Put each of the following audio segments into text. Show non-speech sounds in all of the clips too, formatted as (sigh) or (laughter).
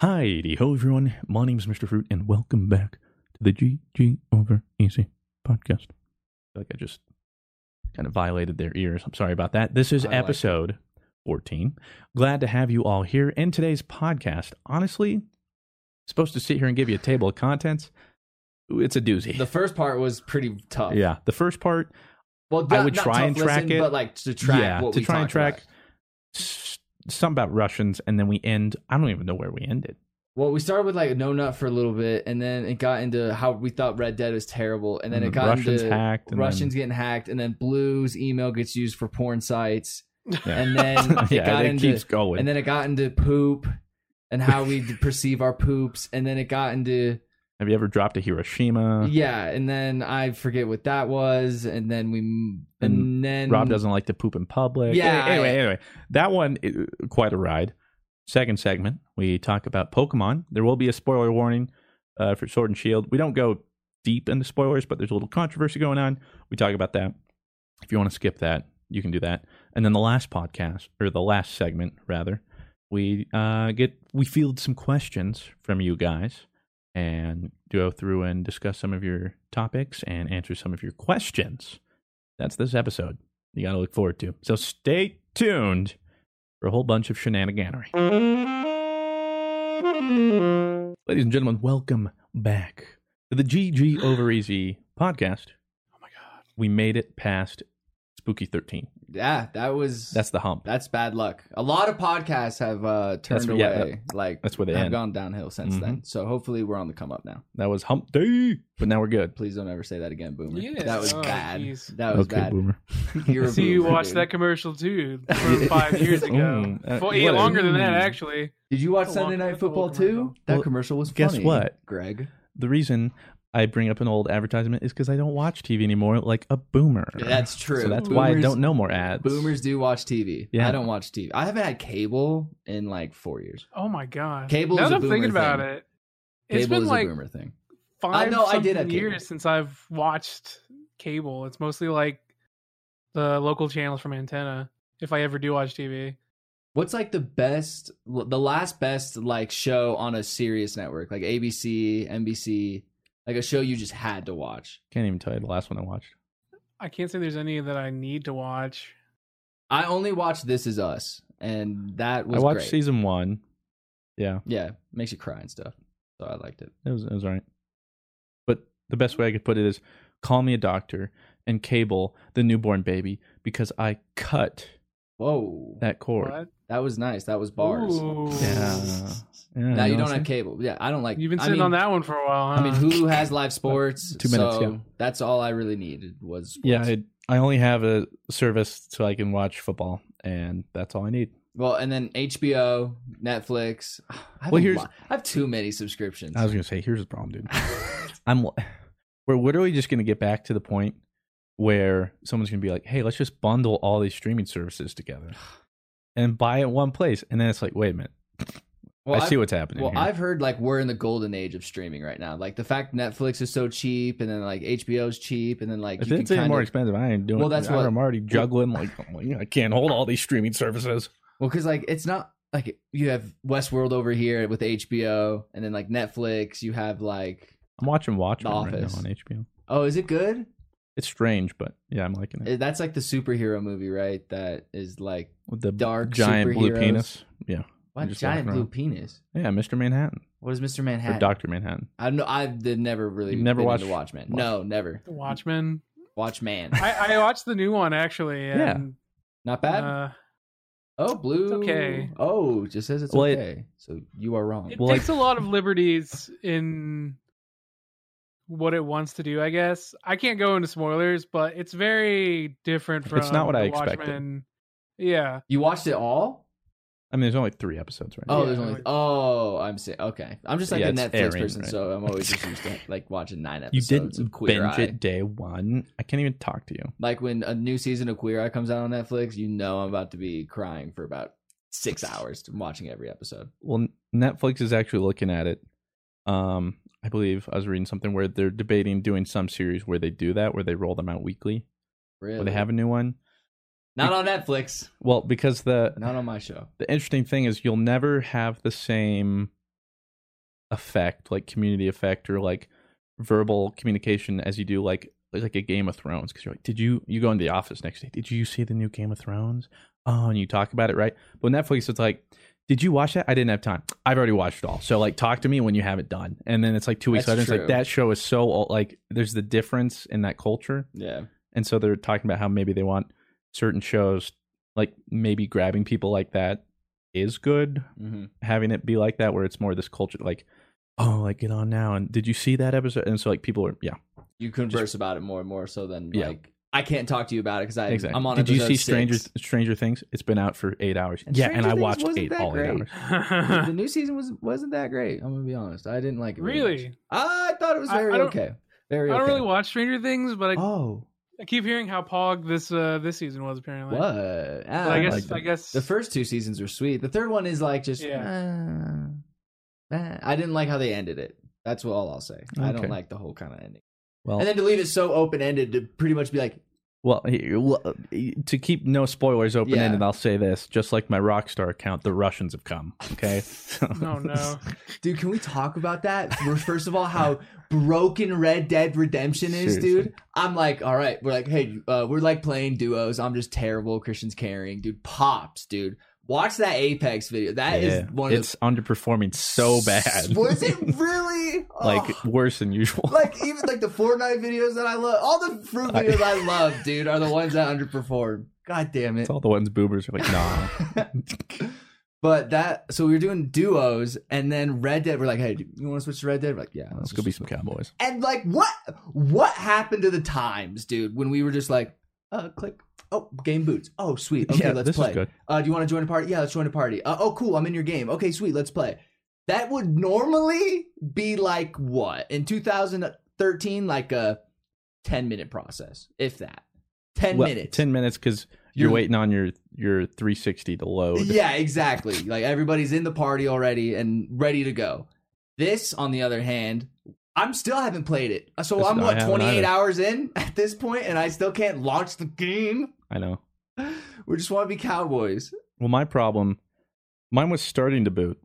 Hi, ho everyone. My name's Mr. Fruit and welcome back to the GG Over Easy podcast. I feel like I just kind of violated their ears. I'm sorry about that. This is I like it. episode 14. Glad to have you all here. In today's podcast, honestly, supposed to sit here and give you a table of contents. It's a doozy. The first part was pretty tough. yeah, the first part Well, I not- would not try tough and track listen, it. but like to track yeah, what to we try and talked track about. s- something about Russians, and then we end. I don't even know where we ended. Well, we started with like no nut for a little bit, and then it got into how we thought Red Dead was terrible, and then And it the got Mm, Russians into hacked, and Russians then- getting hacked, and then Blue's email gets used for porn sites, Yeah. (laughs) and then (laughs) it yeah, got it into keeps going. and then it got into poop and how we perceive our poops, and then it got into Have you ever dropped a Hiroshima? yeah, and then I forget what that was, and then we and, And then Rob doesn't like to poop in public. Yeah, Any- Anyway, I- anyway, that one uh, quite a ride. Second segment, we talk about Pokemon. There will be a spoiler warning uh, for Sword and Shield. We don't go deep into spoilers, but there's a little controversy going on. We talk about that. If you want to skip that, you can do that. And then the last podcast or the last segment rather, we uh, get we field some questions from you guys and go through and discuss some of your topics and answer some of your questions. That's this episode. You got to look forward to. So stay tuned for a whole bunch of shenaniganery. Ladies and gentlemen, welcome back to the GG Over Easy podcast. Oh my god, we made it past Spooky Thirteen. yeah, that was That's the hump. That's bad luck. A lot of podcasts have uh, turned That's- away. yeah, like that's where they have end. Mm-hmm. gone downhill since then. So hopefully we're on the come up now. That was Hump Day, but now we're good. Please don't ever say that again, Boomer. Yeah, that was oh, bad. jeez. That was bad. Boomer. You're a (laughs) See, you boomer, watched dude. that commercial too from five (laughs) years ago. Mm, uh, Fo- yeah, what- longer than that mm. actually. Did you watch That's a Sunday long- Night that's a long Football commercial. too? That Well, commercial was guess funny. what? Greg? The reason I bring up an old advertisement is because I don't watch TV anymore, like a boomer. That's true. So that's why I Boomers- don't know more ads. Boomers do watch TV. Yeah. I don't watch TV. I haven't had cable in like four years. Oh my god! Cable Now is a that I'm boomer thinking about thing. it, Cable it's been is like a boomer thing. five I know I did something have cable. years since I've watched cable. It's mostly like the local channels from antenna. If I ever do watch TV, What's like the best, the last best like show on a serious network, like ABC, NBC, like a show you just had to watch? Can't even tell you the last one I watched. I can't say there's any that I need to watch. I only watched This Is Us, and that was I watched great. season one. Yeah, Yeah, makes you cry and stuff. So I liked it. it was it was alright. But the best way I could put it is, call me a doctor and cable the newborn baby because I cut Whoa, that, that cord. What? was nice. That was bars. Ooh. Yeah. Yeah, Now you know what I'm don't have saying? cable. Yeah, I don't like. You've been I sitting mean- on that one for a while. I Huh? mean, (laughs) Hulu has live sports. Two minutes, so yeah. That's all I really needed was. Sports. Yeah, I, I only have a service so I can watch football, and that's all I need. well, and then HBO, Netflix. (sighs) I have, Well, a here's- lot- I have too many subscriptions. I was gonna say, here's the problem, (laughs) dude. I'm we're literally just gonna get back to the point where someone's gonna be like, hey, let's just bundle all these streaming services (sighs) together and buy it one place, and then it's like, wait a minute, Well, I I've- see what's happening. Well, here. I've heard like we're in the golden age of streaming right now. Like the fact Netflix is so cheap, and then like HBO's cheap, and then like if you it's can any kind more of expensive, I ain't doing. Well, it. that's I'm what- already juggling. Like, I'm like, I can't hold all these streaming services. Well, because like it's not like you have Westworld over here with HBO, and then like Netflix, you have like I'm watching Watchmen The right now Office. on HBO. oh, is it good? It's strange, but yeah, I'm liking it. Eh, That's like the superhero movie, right? That is like With the dark giant blue superheroes. penis. Yeah, What Just walking giant blue around. penis? Yeah, Mr. Manhattan What is Mr. or Manhattan? Doctor Manhattan. I don't know. I've they've never really You've never been watched into Watchmen. Watchmen? No, never. The Watchmen. (laughs) Watchman. I, I watched the new one actually. Yeah. And, Not bad. Uh, oh, blue. it's okay. Oh, it just says it's Well, it- okay. so you are wrong. it Well, like- takes a lot of liberties in what it wants to do. I guess I can't go into spoilers, but it's very different from. It's not what the I expected. Watchmen. Yeah. you watched it all? I mean, there's only three episodes, right? Oh, Yeah, there's only. like- Oh, I'm saying. Okay, I'm just like Yeah, a it's Netflix airing, person, right? so I'm always just (laughs) used to like watching nine you episodes. didn't of Queer binge Eye. it day one. I can't even talk to you. Like when a new season of Queer Eye comes out on Netflix, you know I'm about to be crying for about six hours to watching every episode. Well, N- Netflix is actually looking at it. Um, I believe I was reading something where they're debating doing some series where they do that, where they roll them out weekly, Really? where they have a new one. Not on Netflix. Well, because the Not on my show. the interesting thing is you'll never have the same effect like community effect or like verbal communication as you do like like a game of thrones because you're like did you you go into the office next day did you see the new game of thrones oh and you talk about it right but netflix it's like did you watch that i didn't have time i've already watched it all so like talk to me when you have it done and then it's like two weeks That's later true. it's like that show is so old like there's the difference in that culture Yeah. and so they're talking about how maybe they want certain shows like maybe grabbing people like that is good Mm-hmm. having it be like that where it's more this culture like oh like get on now and did you see that episode and so like people are yeah You converse about it more and more, so then Yeah. like I can't talk to you about it because I exactly I'm on. did you episode see six. stranger stranger things it's been out for eight hours And yeah Stranger and i Things watched wasn't eight that all eight great. hours (laughs) the new season was wasn't that great. I'm gonna be honest. I didn't like it. very (laughs) Really? much. I thought it was I- very I don't- okay. Very. I don't okay. really watch Stranger Things, but I, Oh, I keep hearing how pog this uh, this season was apparently. what? But Ah, I like guess the- I guess the first two seasons were sweet. The third one is like just. uh, eh. I didn't like how they ended it. That's what all I'll say. I Okay. don't like the whole kind of ending. well And then to leave it so open ended to pretty much be like, well eh, well, eh, to keep no spoilers open ended Yeah. i'll say this just like my rockstar account the russians have come (laughs) okay so, (laughs) Oh (laughs) no. dude, can we talk about that? First of all, (laughs) how broken Red Dead Redemption is, Seriously. dude. I'm like, all right, we're like, hey, uh, we're like playing duos. I'm just terrible. Christian's carrying, dude. Pops, dude. Watch that Apex video. That is yeah, one of it's underperforming so bad the. (laughs) Was it really? like Oh. worse than (laughs) usual like even like the Fortnite videos that I love, all the fruit I- videos I love, dude, are the ones that underperform. God damn it! it's all the ones boobers are like (laughs) nah but that so we were doing duos, and then Red Dead. We're like, hey, dude, you want to switch to Red Dead? We're like, yeah, let's just go be some cowboys And like, what what happened to the times, dude? When we were just like, uh, click. Oh, game boots. Oh, sweet. (laughs) Okay, yeah let's this play. is good Uh, do you want to join a party? Yeah, let's join a party. Uh, oh, cool. I'm in your game. Okay, sweet. Let's play. That would normally be like what in 2013, like a 10 minute process, if that. 10 Well, minutes. 10 minutes because you're, You're- waiting on your your 360 to load Yeah, exactly. like everybody's in the party already and ready to go. This, on the other hand, I'm still haven't played it. So That's- I'm I what haven't 28 either. hours in at this point, and I still can't launch the game. i know We just want to be cowboys. well my problem mine was starting to boot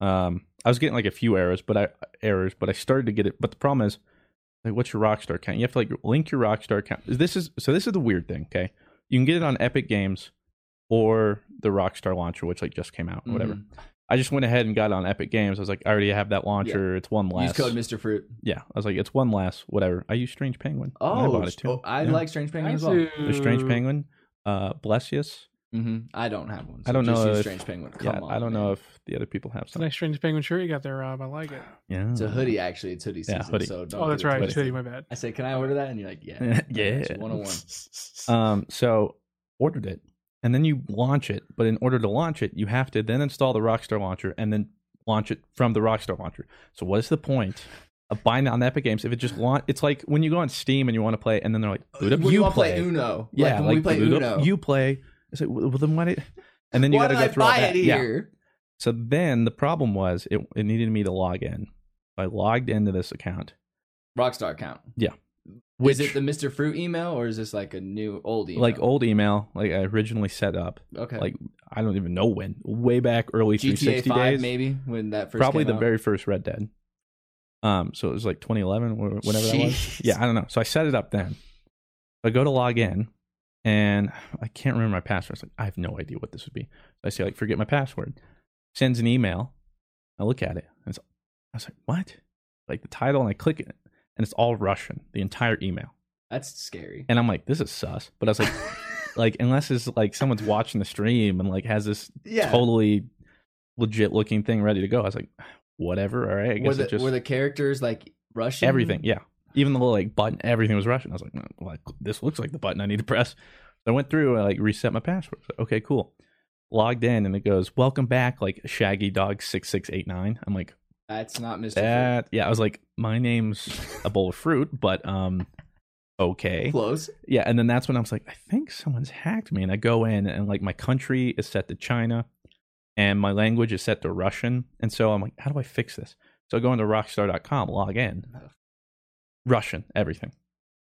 um i was getting like a few errors but i errors but i started to get it but the problem is like what's your rockstar account you have to like link your rockstar account this is so this is the weird thing okay you can get it on epic games or the rockstar launcher which like just came out or whatever Mhm. i just went ahead and got it on epic games i was like i already have that launcher it's one less Use code Mr. Fruit. yeah i was like it's one less whatever i use strange penguin when Oh, i bought it too oh, I Yeah. like Strange Penguin as well. the strange penguin uh blessius hmm I don't have one. so I don't just know use if- Strange Penguin. Come yeah on, i don't man. know if the other people have It's a some nice strange penguin shirt you got there, Rob. I like it. yeah It's a hoodie, actually. It's hoodie season. Yeah, hoodie. So don't Oh, that's get it right. hoodie. It's twisted. hoodie, my bad. I said, "Can I order that?" And you're like, "Yeah, (laughs) Yeah. one on one." um so ordered it and then you launch it but in order to launch it you have to then install the rockstar launcher and then launch it from the rockstar launcher so what is the point of buying it on epic games if it just launch it's like when you go on steam and you want to play and then they're like boot up When you wanna play, Uno, yeah like when we play boot Uno, up you play it's like well then why did and then you Why got to did go I through all buy that it yeah here? So then the problem was it, it needed me to log in. I logged into this account. Rockstar account. Which, is it the Mr. Fruit email or is this like a new old email? like old email, like I originally set up. okay, like I don't even know when. Way back early GTA 360 Five days. maybe when that first probably came the out. very first Red Dead. Um, so it was like 2011, wh- whatever that was. Jeez. Yeah, I don't know. So I set it up then. I go to log in, and I can't remember my password. I was like, I have no idea what this would be. I say like, forget my password. sends an email. I look at it. And it's, I was like, what? Like the title, and I click it, and it's all Russian, the entire email. That's scary. And I'm like, this is sus. But I (laughs) was like, like unless it's like someone's watching the stream and like has this Yeah. totally legit looking thing ready to go. I was like, whatever. All right, I were, guess the, it just were the characters like Russian? everything. Yeah, even the little like button, everything was Russian. I was like, "Mm, well, I- this looks like the button I need to press. So I went through, I like reset my password. So, okay, cool. Logged in, and it goes, "Welcome back," like Shaggy Dog six six eight nine. I'm like, That's not Mr. that. Yeah, I was like, my name's a bowl of fruit, but um, okay. Fruit. Close. Yeah, and then that's when I was like, I think someone's hacked me. And I go in and like my country is set to China and my language is set to Russian. And so I'm like, how do I fix this? So I go into rockstar.com, log in. Russian, everything.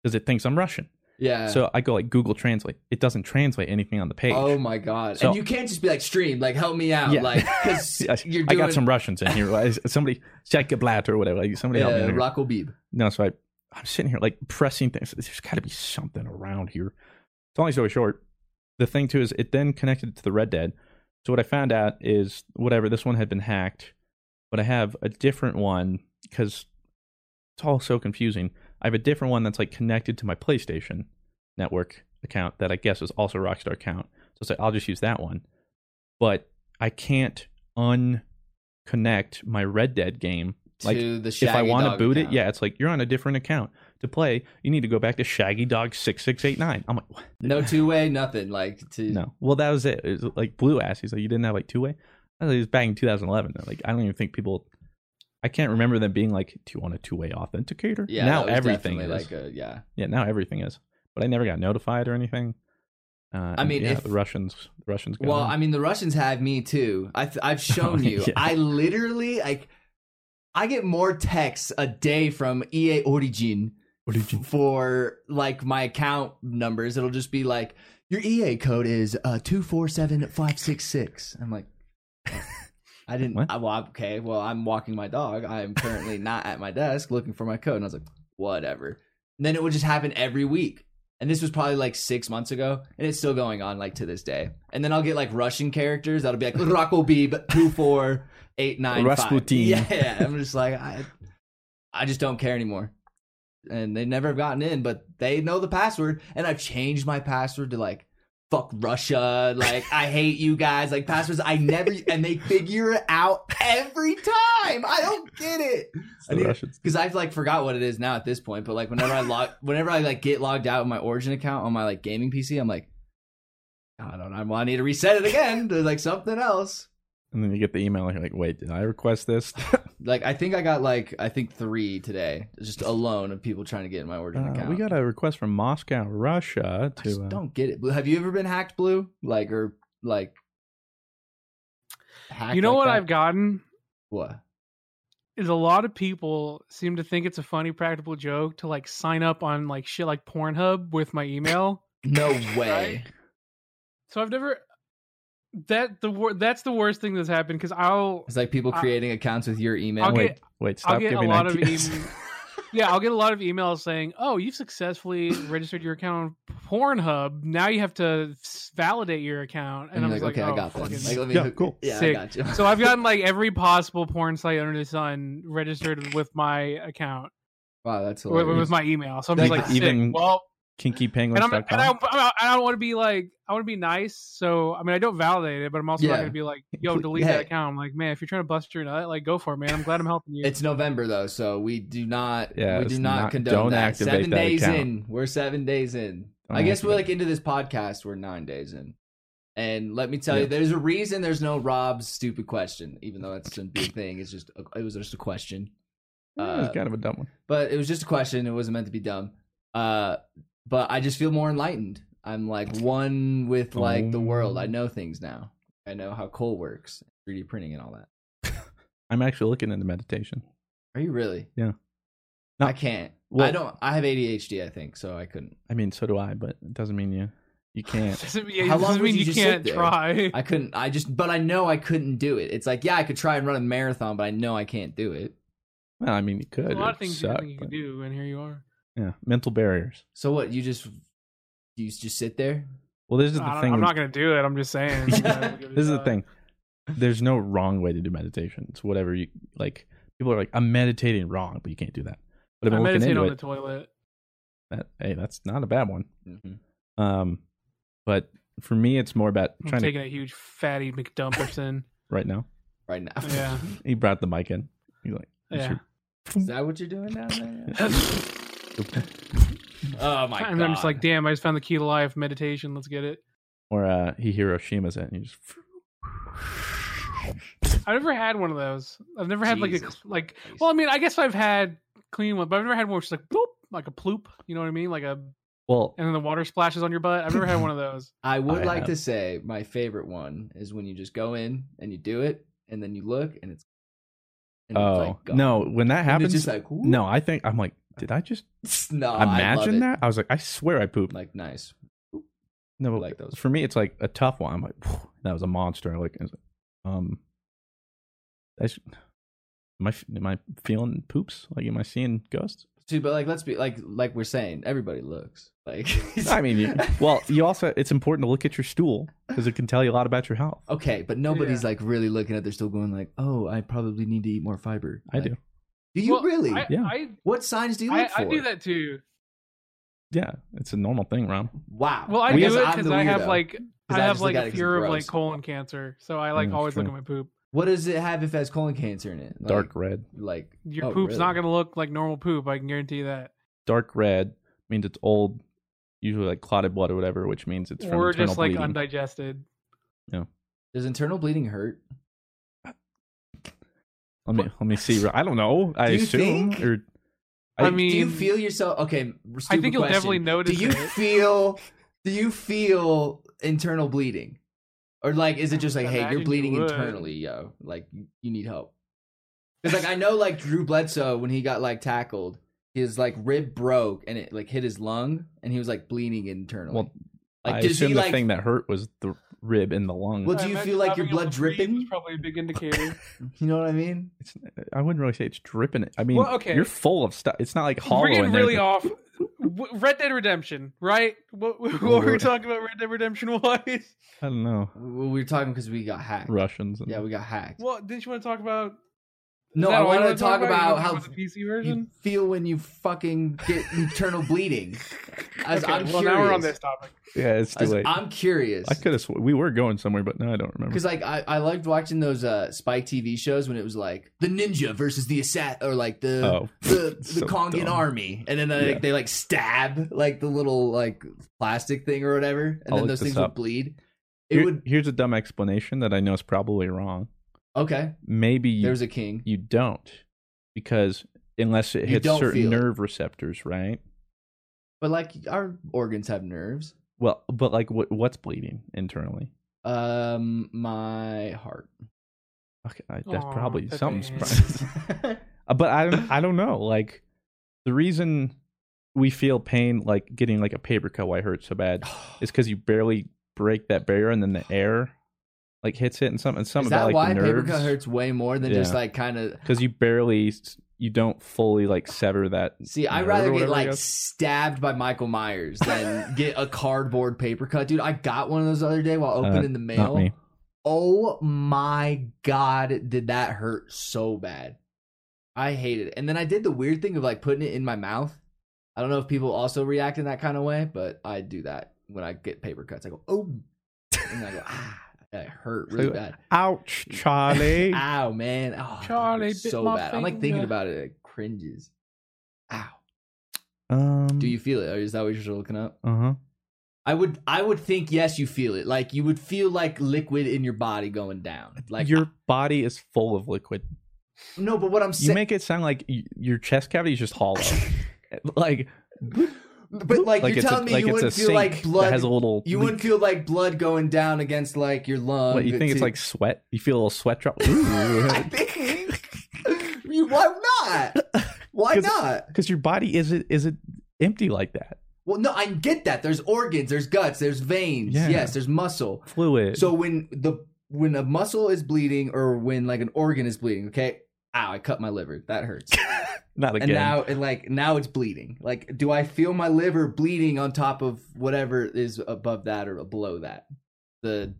Because it thinks I'm Russian. Yeah. so I go like Google Translate. It doesn't translate anything on the page. Oh my god! So- and you can't just be like stream, like help me out, Yeah. (laughs) like because you're doing. I got some Russians in here. (laughs) Somebody, Jack Blatt or whatever. Like, somebody help me. Yeah, out here. Rocco uh, Beeb. No, so I, I'm sitting here like pressing things. There's got to be something around here. So long story short, the thing too is it then connected to the Red Dead. So what I found out is whatever this one had been hacked, but I have a different one because it's all so confusing. I have a different one that's like connected to my PlayStation Network account that I guess is also a Rockstar account. So it's like I'll just use that one, but I can't unconnect my Red Dead game. Like to the if I Shaggy want to Dog boot account. it, yeah, it's like you're on a different account to play. You need to go back to Shaggy Dog six six eight nine. I'm like, what? no two way, nothing. Like to no. Well, that was it. It was like blue ass. He's like, you didn't have like two way. I was back in 2011. Like, I don't even think people. I can't remember them being like, do you want a two way authenticator? yeah. now that was everything is. definitely like a, yeah. yeah, now everything is. But I never got notified or anything. Uh, and mean, yeah, if- the Russians, the Russians. got Well, on. I mean, the Russians have me too. I th- (laughs) I've shown you. Yeah. I literally like. I get more texts a day from EA Origin for like my account numbers. It'll just be like your EA code is uh two four seven five six six. I'm like, I didn't. What? I, well, I'm- okay. Well, I'm walking my dog. I am currently not at my desk looking for my code, and I was like, whatever. And then it would just happen every week. And this was probably like six months ago, and it's still going on like to this day. And then I'll get like Russian characters that'll be like Rocco Beeb two four eight nine five. Rasputin. Yeah, I'm just like I, I just don't care anymore. And they never have gotten in, but they know the password. And I've changed my password to like fuck Russia, like I hate you guys, like passwords I never and they figure it out every time. I don't get it. The Russians. Because I've like forgot what it is now at this point, but like whenever I log, (laughs) whenever I like get logged out of my Origin account on my like gaming PC, I'm like, I don't know. Well, I need to reset it again to like something else. And then you get the email and you're like, wait, did I request this? Like I think I got like I think three today, just alone of people trying to get in my Origin Uh, account. we got a request from Moscow, Russia. I To just uh, don't get it. Blue, have you ever been hacked, Blue? Like or like. hacked you know like what that? I've gotten What? is a lot of people seem to think it's a funny practical joke to like sign up on like shit like Pornhub with my email. No way. so I've never that the wor- that's the worst thing that's happened because I'll It's like people I- creating accounts with your email. I'll wait, get- wait, stop I'll get a giving lot of ideas. (laughs) em- yeah I'll get a lot of emails saying oh you've successfully registered your account on Pornhub now you have to s- validate your account and, and I'm "Oh, you're like, okay, I got fucking this. Like, let me Yeah, hook- cool. Yeah, Sick. I (laughs) got you. so I've gotten like every possible porn site under the sun registered with my account wow, that's with, hilarious. with my email so I'm Like, just like even- sick. well and, I'm, and I, KinkyPenguins.com. I'm- I don't want to be like I want to be nice. So I mean, I don't validate it, but I'm also Yeah. not going to be like, (laughs) "Yo, Ple- delete hey. that account." I'm like, man, if you're trying to bust your nut, like, go for it, man. I'm glad I'm helping you. (laughs) It's November though, so we do not Yeah, we it's do not, not- condone don't that. activate Seven that days account. in, we're seven days in. Don't I guess we're activate. like into this podcast. We're nine days in, and let me tell Yeah. you, there's a reason there's no Rob's stupid question, even though that (laughs) shouldn't be a thing. It's just a, it was just a question. Yeah, Mm. Uh, it's kind of a dumb one. but it was just a question. It wasn't meant to be dumb. Uh, but I just feel more enlightened. I'm like one with like the world. I know things now. I know how coal works, 3D printing, and all that. I'm actually looking into meditation. Are you really? Yeah. No. I can't. Well- I don't. I have ADHD. I think so. I couldn't. I mean, so do I, but it doesn't mean you you (laughs) can't. Doesn't mean- How doesn't long would mean you you, just sit can't there? try. I couldn't. I just. But I know I couldn't do it. It's like yeah, I could try and run a marathon, but I know I can't do it. Well, I mean, you could. There's a lot It'd of things you suck, think you but- can do, and here you are. Yeah, mental barriers. So what? You just. You just sit there. Well, this is I the don't- thing. (laughs) I'm not going to do it. I'm just saying. Yeah. This is the thing. there's no wrong way to do meditation. It's whatever you like. People are like, I'm meditating wrong, but you can't do that. But I've I been looking meditate into on it. the toilet. that, hey, that's not a bad one. Mhm. Um, but for me, it's more about I'm trying to taking a huge (laughs) fatty McDumperson. right now. Right now. yeah, He brought the mic in. He's like, yeah. (laughs) Is that what you're doing down there? (laughs) oh my and god. I'm just like, damn, I just found the key to life. Meditation. Let's get it. or uh, he Hiroshima's it, and you just I've never had one of those. I've never had like a Jesus like. Christ. Well, I mean, I guess I've had clean one, but I've never had one which is like bloop, like a ploop. You know what I mean? Like a, well, and then the water splashes on your butt. I've never had one of those. I would I like have- to say my favorite one is when you just go in and you do it and then you look and it's and it's, oh like, gone. no, when that And happens, it's just like whoop. no, I think I'm like, did I just (laughs) no imagine Oh, I love that? I was like, I swear I it. pooped. like nice no, but like those. for me, it's like a tough one. I'm like, "Phew, that was a monster. Like, it's like, um, I sh- am I f- am I feeling poops? Like, am I seeing ghosts? See, but like let's be like like we're saying everybody looks like (laughs) I mean, you- well, you also it's important to look at your stool because it can tell you a lot about your health. okay but nobody's Yeah. like really looking at their still going like oh I probably need to eat more fiber I Like, do. do (laughs) you Well, really I, Yeah. I, what signs do you look for I, I do that too. Yeah, it's a normal thing, Ron. wow Well, I We do have- it I'm because the I have weirdo. like I I have just look like at it a 'cause fear it's of like gross. colon cancer, so I like Yeah, always look at Oh, true. my poop. what does it have if it has colon cancer in it Like- Dark red. like Your oh, poop's not really? gonna look like normal poop. I can guarantee you that. Dark red means it's old, usually like clotted blood or whatever, which means it's from or internal just like bleeding. undigested. does internal bleeding hurt let me let me see. I don't know. I Do you assume think? or I, I- mean, do you feel yourself okay stupid I think you'll question. definitely notice. do you it. feel do you feel internal bleeding or like is it just like hey Imagine you're you bleeding would. internally yo like you- you need help because like i know like drew bledsoe when he got like tackled his like rib broke and it like hit his lung and he was like bleeding internally Well, like I does assume he the like thing that hurt was the rib in the lung. Well, I do you imagine feel like your having a blood little breeze dripping? is Probably a big indicator. you know what i mean It's, I wouldn't really say it's dripping. I mean, Well, okay. you're full of stuff. It's not like hollow We're in getting there. really off. W- Red Dead Redemption, right? What, what (laughs) were we talking about? Red Dead Redemption wise. (laughs) I don't know. we we were talking because we got hacked Russians. And, yeah we got hacked Well, didn't you want to talk about? no is that i all you wanted to wanna talk about You wanna how talk the PC version. you feel when you fucking get internal (laughs) bleeding As- okay, I'm well, now we're on curious. this topic. yeah, it's too As- late. i'm curious I could have. Sw- we were going somewhere, but no, I don't remember. Because like I, I liked watching those uh Spike TV shows when it was like the ninja versus the assassin or like the Oh, (laughs) the, (laughs) the so Kongan dumb. army, and then uh, Yeah. they like stab like the little like plastic thing or whatever, and I'll then look those this things up. would bleed. It Here- would Here's a dumb explanation that I know is probably wrong. okay. Maybe you, There's a king. you don't because unless You it hits don't certain feel it. nerve receptors, right? But like our organs have nerves. Well, but like what what's bleeding internally? Um, my heart. (laughs) Okay, I, that's Aw, probably Pepe. something surprising. Uh, but I (laughs) don't I don't know. Like the reason we feel pain like getting like a paper cut why it hurts so bad is because you barely break that barrier and then the air like hits it and something and Is something that about why like the paper nerves. cut hurts way more than just Yeah. like kind of because you barely you don't fully like sever that. See, I'd nerve or rather get whatever, I like guess. stabbed by Michael Myers (laughs) than get a cardboard paper cut, dude. I got one of those the other day while Uh, opening the not mail. me. Oh my god, did that hurt so bad? I hated it. And then I did the weird thing of like putting it in my mouth. I don't know if people also react in that kind of way, but I do that when I get paper cuts. I go, oh, and I go, ah, that hurt really bad. (laughs) Ouch, Charlie. (laughs) Ow, man. Oh, that Charlie hurts bit so my bad. I'm like thinking finger. about it, it cringes. Ow. um, Do you feel it? Or is that what you're looking up? Uh huh. I would I would think yes, you feel it. Like you would feel like liquid in your body going down. Like your body is full of liquid. no, but what I'm You saying, make it sound like y- your chest cavity is just (laughs) hollow. like, but like, you're it's telling a, me like it's you a wouldn't feel sink like blood. that has a little. you wouldn't feel like blood going down against like your lung. What you think? It's to- (laughs) like (laughs) sweat. You feel a little sweat drop. (laughs) I think (laughs) you, why not? (laughs) Why 'Cause- not? Because your body isn't isn't empty like that. Well, no, I get that. There's organs, there's guts, there's veins. Yeah. Yes, there's muscle. Fluid. So when the when a muscle is bleeding or when like an organ is bleeding, okay, ow, I cut my liver. That hurts. (laughs) not again. and now and like now it's bleeding. Like, do I feel my liver bleeding on top of whatever is above that or below that? The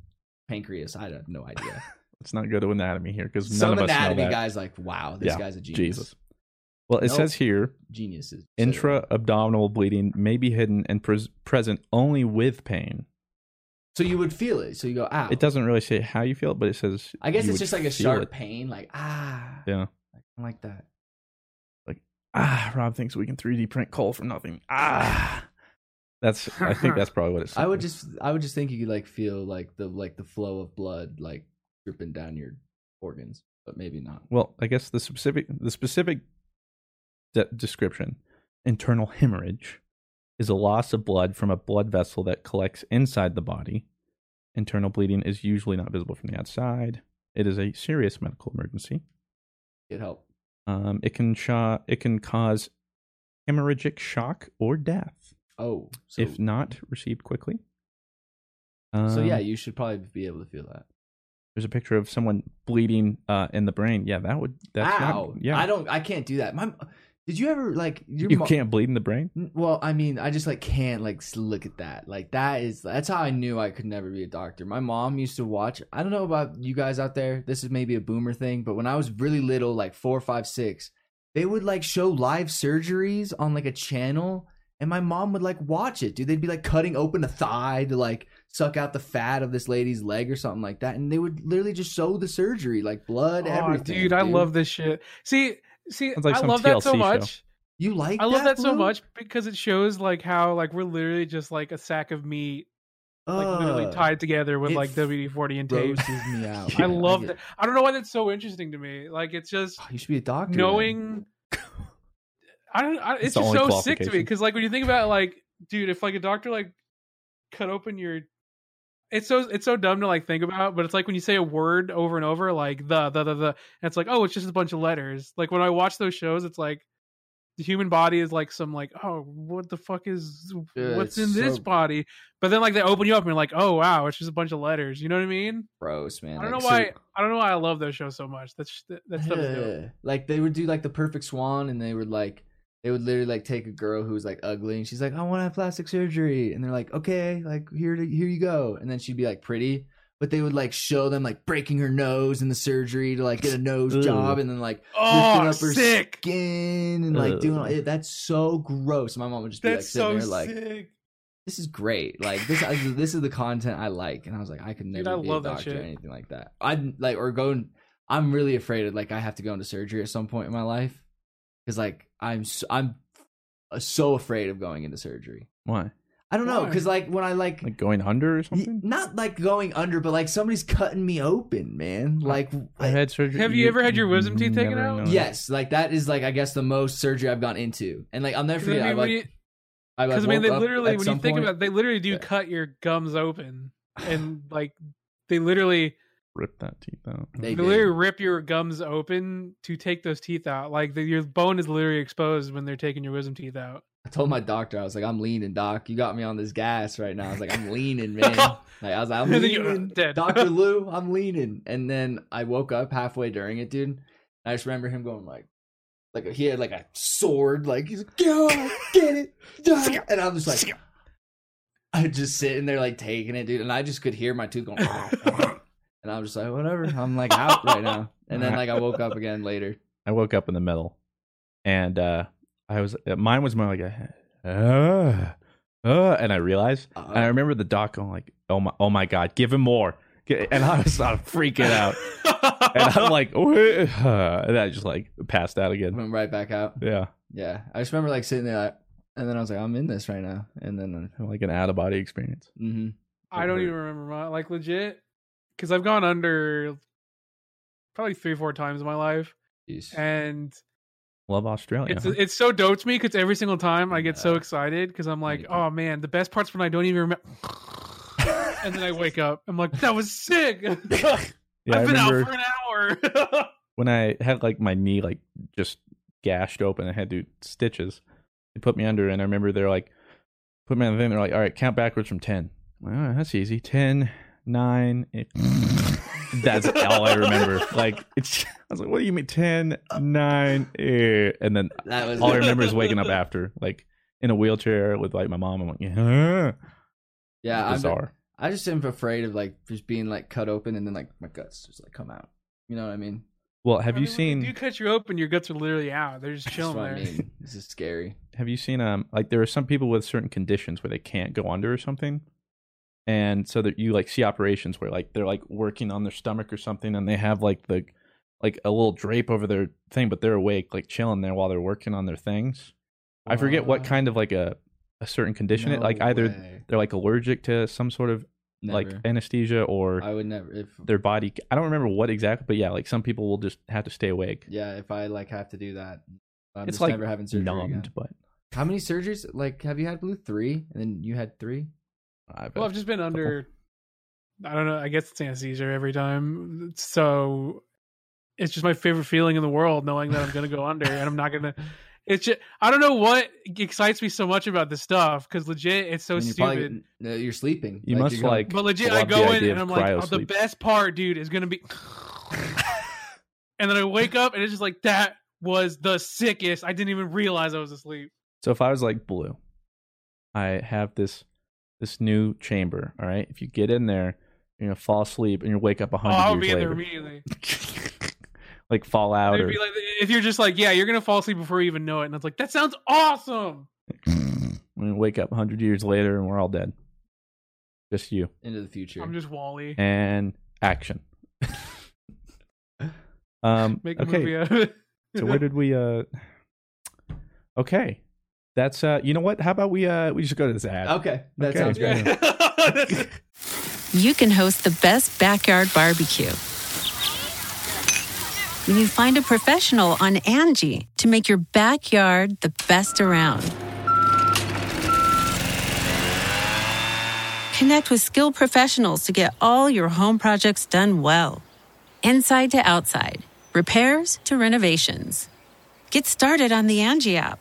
pancreas. I have no idea. Let's not go to anatomy here because (laughs) none Some of us anatomy know that. guy's like, wow, this Yeah, guy's a genius. Jesus. Well, it Nope. says here Geniuses. intra abdominal bleeding may be hidden and pres- present only with pain. So you would feel it. So you go, ow. It doesn't really say how you feel it, but it says. I guess you would it's just like a feel sharp it. pain, like ah. Yeah. I like that. Ah, Rob thinks we can 3D print coal from nothing. Ah. That's, I think (laughs) that's probably what it's. I would just, I would just think you could like feel like the like the flow of blood like dripping down your organs, but maybe not. Well, I guess the specific the specific de- description, internal hemorrhage, is a loss of blood from a blood vessel that collects inside the body. Internal bleeding is usually not visible from the outside. It is a serious medical emergency. Get help. Um, it can sho- it can cause hemorrhagic shock or death Oh, so if not received quickly. so Um, yeah, you should probably be able to feel that. there's a picture of someone bleeding uh, in the brain. Yeah, that would that's Ow! not yeah. I don't, I can't do that. My, did you ever like (laughs) your you mo- can't bleed in the brain. N- Well, I mean, I just like can't like s- look at that. Like that is that's how I knew I could never be a doctor. My mom used to watch. I don't know about you guys out there. This is maybe a boomer thing, but when I was really little, like four, five, six, they would like show live surgeries on like a channel, and my mom would like watch it. Dude, they'd be like cutting open a thigh to like suck out the fat of this lady's leg or something like that, and they would literally just show the surgery, like blood, Aw, everything. Oh, dude, I love this shit. See, see, Sounds like I some love that so TLC show. much. You like? I love that so Blue? much because it shows like how like we're literally just like a sack of meat, like literally Ugh. tied together with it like WD forty and tape. grosses me out. (laughs) (laughs) I man. love get- that. I don't know why that's so interesting to me. Like it's just Oh, (sighs) you should be a doctor. then. knowing. I don't. I, It's it's the just only so sick to me qualification. because like when you think about like, dude, if like a doctor like cut open your. It's so it's so dumb to like think about, but it's like when you say a word over and over, like the the the the, and it's like oh, it's just a bunch of letters. Like when I watch those shows, it's like the human body is like some like oh, what the fuck is Yeah, what's in it's this so- body? But then like they open you up and you're like oh wow, it's just a bunch of letters. You know what I mean? gross, man. I don't Like, know why I don't know why I love those shows so much. That's that, that stuff is dope. Ugh. like they would do like the perfect swan, and they would like they would literally like take a girl who was like ugly, and she's like, "I want to have plastic surgery," and they're like, "Okay, like here to, here you go," and then she'd be like pretty, but they would like show them like breaking her nose in the surgery to like get a (laughs) nose Ew. job, and then like Oh, lifting up her sick! skin and like doing all, Ugh. that's so gross. My mom would just be That's like sitting so there like, sick. "This is great, like this I, this is the content I like," and I was like, "I could never Dude, I be love a that doctor or shit. anything like that." I'm like or going. I'm really afraid of like I have to go into surgery at some point in my life because like I'm so, I'm uh, so afraid of going into surgery. Why? I don't know Why? because like when I like, Like going under or y- something? not like going under, but like somebody's cutting me open, man. Like I I- had surgery. Have you ever had your wisdom teeth taken never out? know. yes, like that is like I guess the most surgery I've gone into, and like I'll never Because forget. I I mean, when you- like, I, like, 'cause, I mean, woke they up literally at when you some think point- about, it, they literally do Yeah. cut your gums open and like they literally Rip that teeth out. (laughs) They they, do. literally rip your gums open to take those teeth out. Like the, your bone is literally exposed when they're taking your wisdom teeth out. I told my doctor, I was like, I'm leaning, doc. You got me on this gas right now. I was like, I'm leaning, (laughs) man. Like I was like, I'm And then you're leaning, dead. Doctor Lou, I'm leaning. And then I woke up halfway during it, dude. And I just remember him going like, like he had like a sword, like he's like, go get it, Doc." and I'm just like, I'm just sitting there like taking it, dude. And I just could hear my tooth going, and I'm just like, whatever. I'm like out right now. And then like I woke up again later. I woke up in the middle, and uh, I was uh, mine was more like a uh, uh, and I realized, and I remember the doc going like, "Oh my, oh my God, give him more," G- and I was like freaking out, and (laughs) I'm like, "Uh," and I just like passed out again. Went right back out. Yeah, Yeah, I just remember like sitting there, like, and then I was like, I'm in this right now, and then uh, like an out of body experience. hmm I don't hurt. even remember my like legit because I've gone under probably three four times in my life and Love Australia. It's it's so dope to me because every single time I get so uh-huh. Yeah. excited because I'm like, too. oh man, the best part's when I don't even remember. (laughs) and then I wake up. I'm like, that was sick. (laughs) yeah, I I've been out remember for an hour. (laughs) when I had like my knee like just gashed open, I had to stitches. They put me under, and I remember they're like, put me on the thing. They're like, all right, count backwards from ten. Well, all right, that's easy. Ten, nine. Eight. that's all I remember. Like it's, I was like, what do you mean ten, nine, eight? and then that was all I remember is waking up after, like in a wheelchair with like my mom. I'm like, yeah, yeah. I'm, bizarre. I just am afraid of like just being like cut open and then like my guts just like come out. You know what I mean? Well, have I you mean, when seen they do cut you open? Your guts are literally out. They're just That's chilling what there. I mean. This is scary. have you seen um like there are some people with certain conditions where they can't go under or something and so that you like see operations where like they're like working on their stomach or something and they have like the like a little drape over their thing but they're awake like chilling there while they're working on their things i forget what Wow. kind of like a a certain condition it No like either way. they're like allergic to some sort of like Never. anesthesia or I would never if their body i don't remember what exactly but yeah like some people will just have to stay awake yeah if I like have to do that. I'm it's just like never having surgery again. numbed but How many surgeries like have you had? Blue three, and then you had three. I've, (laughs) Well, I've just been under. I don't know. I guess it's anesthesia every time. So it's just my favorite feeling in the world, knowing that I'm going to go under and I'm not (laughs) going to. It's just, I don't know what excites me so much about this stuff because legit, it's so And you're stupid. probably- no, you're sleeping. You must, you're gonna- like- But legit, I I love go the in idea and I'm of like, oh, the cryosleep. best part, dude, is gonna be. (laughs) and then I wake up and it's just like that was the sickest. I didn't even realize I was asleep. So if I was like blue, I have this this new chamber. All right, if you get in there, you're gonna fall asleep and you wake up a Oh, hundred I would be years in there later, immediately. (laughs) like fall out It'd or be like, if you're just like, yeah, you're gonna fall asleep before you even know it, and it's like that sounds awesome. when you wake up a hundred years later and we're all dead. Just you into the future. I'm just Wally. and action. (laughs) um. Make a okay. movie out of it. so where did we? uh Okay, that's uh. You know what? How about we uh we just go to this ad? okay, that Okay. sounds great. (laughs) That's- you can host the best backyard barbecue. When you find a professional on Angie to make your backyard the best around. Connect with skilled professionals to get all your home projects done well. Inside to outside, repairs to renovations. Get started on the Angie app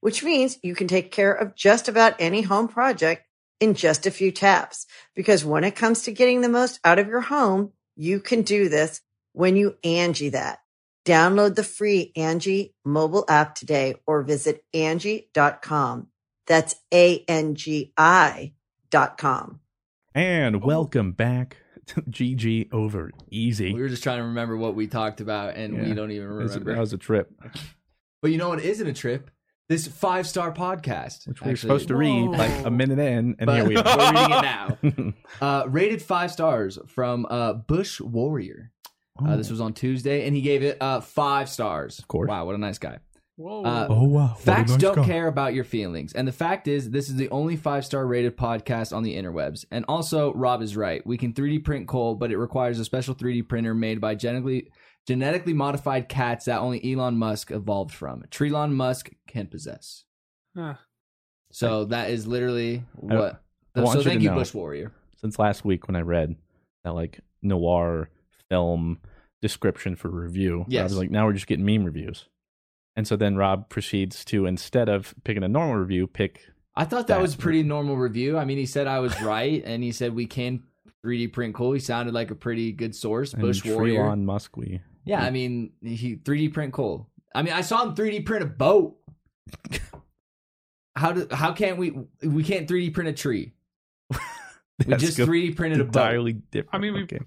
which means you can take care of just about any home project in just a few taps. Because when it comes to getting the most out of your home, you can do this when you Angie that. Download the free Angie mobile app today or visit Angie.com. That's A-N-G-I dot com. Oh. And welcome back to GG over easy. We were just trying to remember what we talked about, and we Yeah. don't even It was- remember. That was a trip, But you know what isn't a trip? This five star podcast, which we were supposed to read Whoa. like a minute in, and but (laughs) here we we're are. reading it now. (laughs) Uh, rated five stars from uh, Bush Warrior. Oh. Uh, this was on Tuesday, and he gave it uh, five stars. Of course. Wow, what a nice guy. Whoa. Uh, Oh, wow! Facts don't care about your feelings. And the fact is, this is the only five star rated podcast on the interwebs. And also, Rob is right. We can 3D print coal, but it requires a special 3D printer made by genetically genetically modified cats that only Elon Musk evolved from. Trelon Musk can possess. Huh. So that is literally I- what. I want so you to thank you, know. Bush Warrior. Since last week when I read that like noir film description for review, I Yes. was like, now we're just getting meme reviews. And so then Rob proceeds to instead of picking a normal review, pick I thought that, That- was pretty normal review. I mean, he said I was right, and he said we can 3D print coal. He sounded like a pretty good source. and Bush Warrior. Elon Musk. We Yeah, I mean, he 3D print coal. I mean, I saw him 3D print a boat. (laughs) how do how can't we we can't 3D print a tree? We (laughs) That's just good- 3D printed a boat. entirely different. I mean, we- Okay.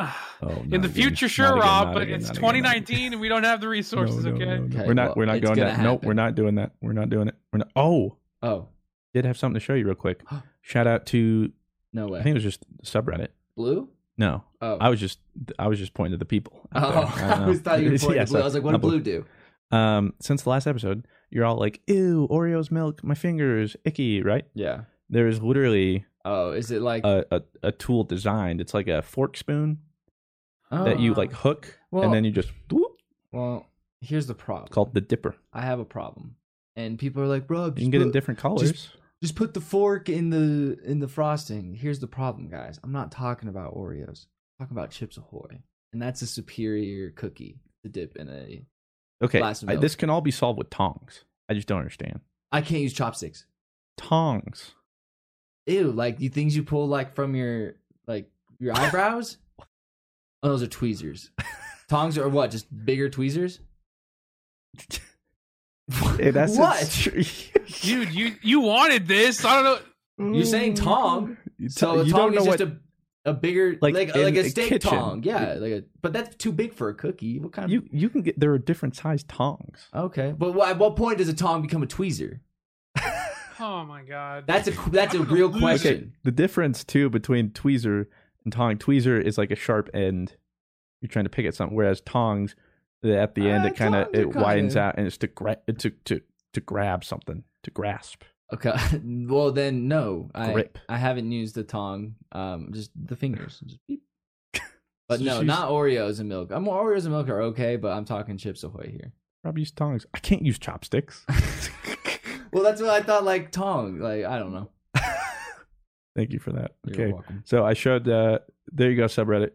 Ah. Oh, not in the again. future, Not sure, again, Rob, not but again, it's not again, not again. 2019 and we don't have the resources. No, no, no, okay. no. Okay, we're not. well, we're not it's going gonna down. Nope. We're happen. not doing that. We're not doing it. We're not. Oh, Oh did have something to show you real quick. Shout out to no I way! think it was just subreddit. Blue? No, Oh, I was just I was just pointing to the people. out (laughs) oh, (laughs) there. I, don't know. was thought you were (laughs) pointing Yeah, to blue. so- I was like, what not did blue do? Um, since the last episode, you're all like, "Ew, Oreos milk, my fingers, icky," right? Yeah. There is literally Oh, is it like a, a, a tool designed. It's like a fork spoon that you Oh. like hook, Well- and then you just whoop, Well, here's the problem. called the dipper. I have a problem, and people are like, bro, just You can get in put- different colors. Just put the fork in the in the frosting. Here's the problem, guys. I'm not talking about Oreos. I'm talking about Chips Ahoy, and that's a superior cookie to dip in a. okay, glass of I- milk. this can all be solved with tongs. I just don't understand I can't use chopsticks. tongs. Ew, like the things you pull like from your like (laughs) your eyebrows. oh, those are tweezers. Tongs are what? Just bigger (laughs) tweezers. what? dude. You you wanted this? I don't know. You're saying tong. So (laughs) a you tong don't know is what. just a, a bigger Like like like, in a a steak kitchen. tong. Yeah, like a, but that's too big for a cookie. What kind of you you can get there are different size tongs. Okay, but wh- at what point does a tong become a tweezer? Oh my god. That's a qu- that's a (laughs) real question. Okay, the difference too between tweezer and tong. Tweezer is like a sharp end. You're trying to pick at something, whereas tongs, the- at the end, Ah, it kind of tongs are it widens kinda- out and it's to gra- to to to grab something, to grasp. Okay, (laughs) well then no, I Grip. I haven't used the tong, um, just the fingers. Just (laughs) beep. But So no, she's- not Oreos and milk. I'm Oreos and milk are okay, but I'm talking Chips Ahoy (laughs) here. Rob used tongs. I can't use chopsticks. Well, that's what I thought. Like tong, like I don't know. Thank you for that. You're okay, welcome. so I showed. Uh, there you go, subreddit.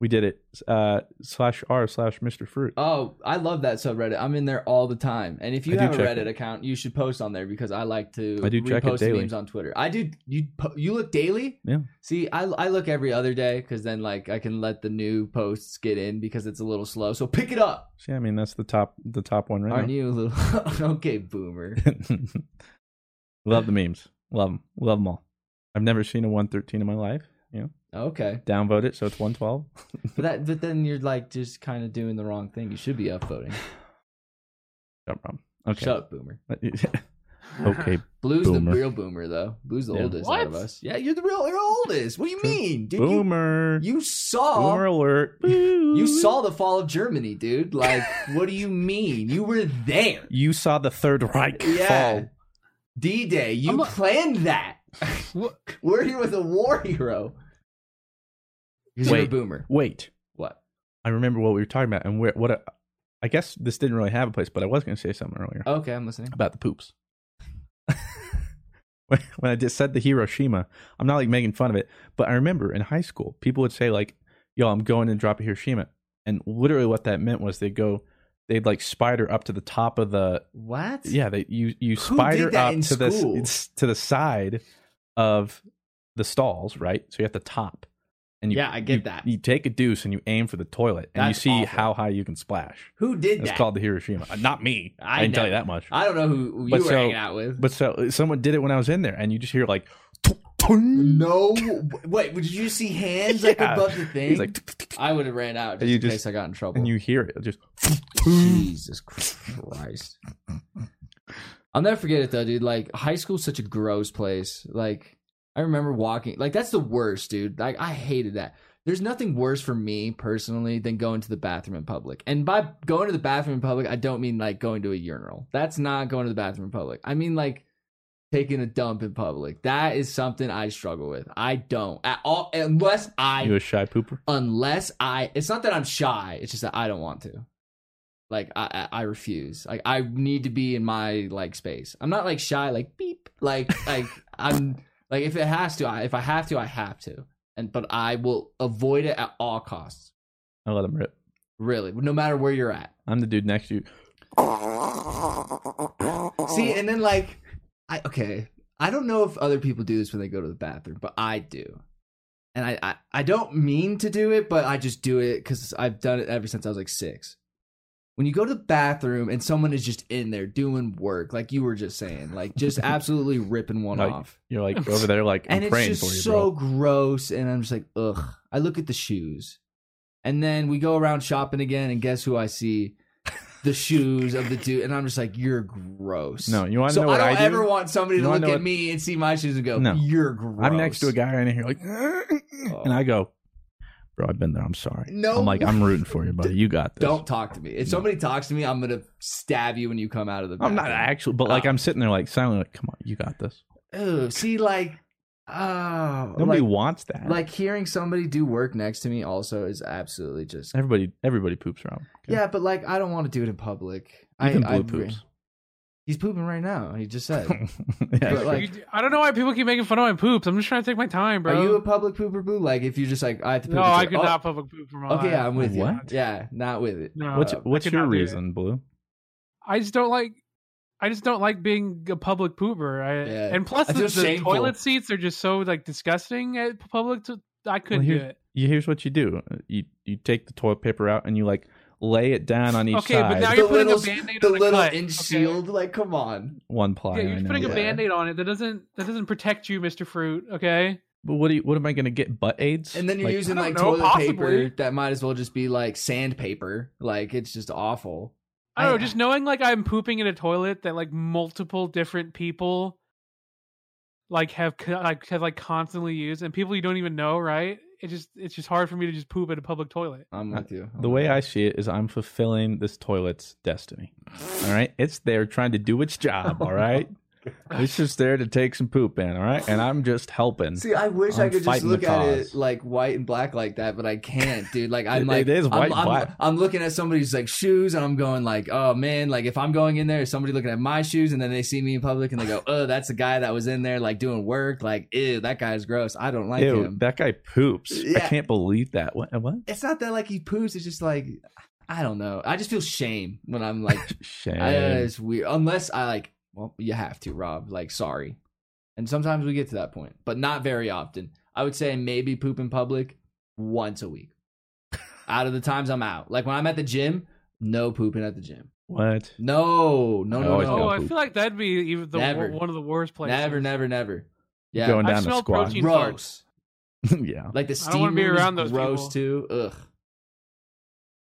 We did it. Uh, slash r slash Mr. Fruit. Oh, I love that subreddit. I'm in there all the time. And if you I do have a check Reddit it. account, you should post on there because I like to I do check it repost the daily. memes on Twitter. I do. You po- you look daily? Yeah. See, I I look every other day because then like I can let the new posts get in because it's a little slow. So pick it up. See, I mean that's the top the top one right Aren't now. you a little (laughs) okay, boomer? (laughs) Love the memes. Love them. Love them all. I've never seen a 113 in my life. You know, Okay, downvote it so it's (laughs) 112. but that but then you're like just kind of doing the wrong thing. You should be upvoting. Shut up. Okay. Shut up, boomer. (laughs) (laughs) okay. Blue's Boomer. the real boomer though. Blue's the Yeah. oldest out of What? us. Yeah, you're the real you're oldest. What do you True. mean, dude? You- Boomer. You saw Boomer alert. (laughs) You saw the fall of Germany, dude. Like, what do you mean? You were there. You saw the Third Reich (laughs) Yeah. fall. D Day, you I'm a- planned that. (laughs) What? We're here with a war hero. He's a Wait. boomer. Wait. What? I remember what we were talking about and where what a, I guess this didn't really have a place, but I was going to say something earlier Okay, I'm listening. about the poops. (laughs) when when I just said the Hiroshima, I'm not like making fun of it, but I remember in high school, people would say like, "Yo, I'm going to drop a Hiroshima," and literally what that meant was they'd go, they'd like spider up to the top of the What? yeah, they you you did spider that up in to the s- school? it's to the side of the stalls, right? So you have the top, and you Yeah, I get you- that. You take a deuce and you aim for the toilet, and That's you see awful. how high you can splash. Who did It's that? called the Hiroshima. Uh, Not me. I, I can tell you know. that much. I don't know who you But were so- hanging out with. But so someone did it when I was in there, and you just hear like, no, (laughs) wait. Did you see hands like Yeah. above the thing? he's like, I would have ran out And just you in just- case I got in trouble. and you hear it just. Jesus Christ. (laughs) I'll never forget it though, dude. Like high school's such a gross place. Like I remember walking like that's the worst, dude. Like I hated that. There's nothing worse for me personally than going to the bathroom in public. And by going to the bathroom in public, I don't mean like going to a urinal. That's not going to the bathroom in public. I mean like taking a dump in public. That is something I struggle with. I don't at all unless I You a shy pooper? unless I. It's not that I'm shy. It's just that I don't want to. Like I, I I refuse. Like I need to be in my like space. I'm not like shy. Like beep. Like like I'm like if it has to. I, if I have to, I have to. And but I will avoid it at all costs. I let him rip. Really, no matter where you're at. I'm the dude next to you. Oh. See, and then like, I okay. I don't know if other people do this when they go to the bathroom, but I do, and I I, I don't mean to do it, but I just do it because I've done it ever since I was like six. When you go to the bathroom and someone is just in there doing work, like you were just saying, like just absolutely ripping one Like, off, You're like over there, like I'm and it's praying just for you, so bro. gross. And I'm just like, ugh. I look at the shoes, and then we go around shopping again, and guess who I see? (laughs) The shoes of the dude, and I'm just like, you're gross. No, you wanna so know what I don't I do? ever want somebody You to wanna look know at what- me and see my shoes and go, No. you're gross. I'm next to a guy right here, like, and I go, bro. I've been there. I'm sorry. No. I'm like, I'm rooting for you, buddy. You got this. Don't talk to me. If somebody talks to me, I'm gonna stab you when you come out of the. I'm not bathroom. actually, but like, I'm sitting there like silently, like, come on, you got this. Ew, see, like, oh, Nobody like, wants that. like hearing somebody do work next to me also is absolutely just. everybody, everybody poops around. okay? Yeah, but like, I don't want to do it in public. I, even I, blue poops. He's pooping right now. He (laughs) just said. yeah, But, like- (laughs) You d- I don't know why people keep making fun of my poops. I'm just trying to take my time, bro. Are you a public pooper boo? Like, if you just like, I have to. Poop no, it's I like, could oh, not public poop for my Okay, life. yeah, I'm with What? you. Yeah, not with it. No, what's Uh, I what's could your not do it. reason, Blue? I just don't like. I just don't like being a public pooper. I, Yeah. And plus, I the, feel the shameful. toilet seats are just so like disgusting at public. To, I couldn't Well, do here- it. You here's what you do. You you take the toilet paper out and you like lay it down on each Okay, side. but now you're putting little, a band-aid the on a little cut, inch okay? shield. Like, come on. one ply. yeah, you're I just know putting a that. band aid on it. That doesn't that doesn't protect you, Mister Fruit. Okay. But what do you, what am I going to get? Butt aids? And then you're Like, using I like don't know, toilet possibly. paper that might as well just be like sandpaper. Like, it's just awful. I don't I- know. Just knowing like I'm pooping in a toilet that like multiple different people like have co- like have like constantly used and people you don't even know, right? It just it's just hard for me to just poop at a public toilet. I'm with you. The way I see it is, I'm fulfilling this toilet's destiny. All right, it's there trying to do its job. All (laughs) right, it's just there to take some poop in. All right, and I'm just helping. See, I wish i I'm could just fighting the look at cause. it like white and black like that, but I can't, dude. Like I'm It- like it is white I'm, and I'm, black. I'm looking at somebody's like shoes, and I'm going like, oh man, like if I'm going in there, somebody looking at my shoes, and then they see me in public, and they go, oh, that's the guy that was in there like doing work. Like, ew, that guy's gross. I don't like Ew, him. that guy poops. I Yeah. can't believe that. What? what? it's not that like he poops. It's just like I don't know. I just feel shame when I'm like, Shame. I, uh, it's weird. Unless I like, well, you have to, Rob. Like, sorry. And sometimes we get to that point, but not very often. I would say maybe poop in public once a (laughs) week. out of the times I'm out, like when I'm at the gym, no pooping at the gym. what? (laughs) No, no, I no, always no. gotta Oh, I poop. feel like that'd be even the Never. one of the worst places. never, never, never. Yeah, Going I've down the smelled squad. protein- gross. yeah. Like the I don't wanna steam be room is around those gross too. Ugh.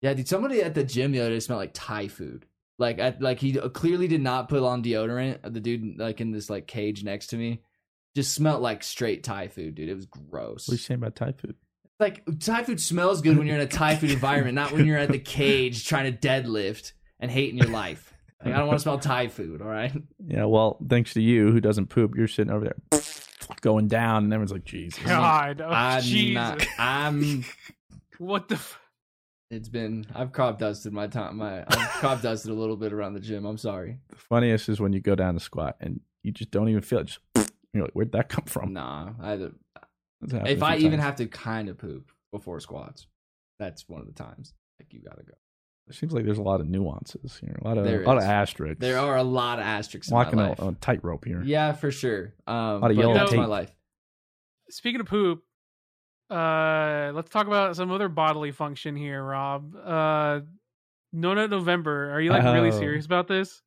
Yeah, dude. Somebody at the gym the other day smelled like Thai food. Like, at, like he clearly did not put on deodorant. The dude, like in this like cage next to me, just smelled like straight Thai food, dude. It was gross. What are you saying about Thai food? Like Thai food smells good when you're in a Thai food environment, not when you're at the cage trying to deadlift and hating your life. Like, I don't want to smell Thai food. All right. Yeah. Well, thanks to you, who doesn't poop, you're sitting over there going down, and everyone's like, "Jesus." God, (laughs) oh, I'm Jesus, not. I'm. what the? F- It's been. I've crop dusted my time. My I've crop dusted a little bit around the gym. I'm sorry. The funniest is when you go down the squat and you just don't even feel it. Just (sniffs) you're like, "Where'd that come from?" Nah, I, don't- That's happened if a I few even times. have to kind of poop before squats, that's one of the times. Like you gotta go. it seems like there's a lot of nuances here, a lot of There a lot of is. asterisks. There are a lot of asterisks walking in my a, life. a tightrope here. yeah, for sure. Um, a lot of yellow that's my tape. life. (laughs) Speaking of poop, uh, let's talk about some other bodily function here, Rob. Uh, no, no, November. Are you like really Oh. serious about this?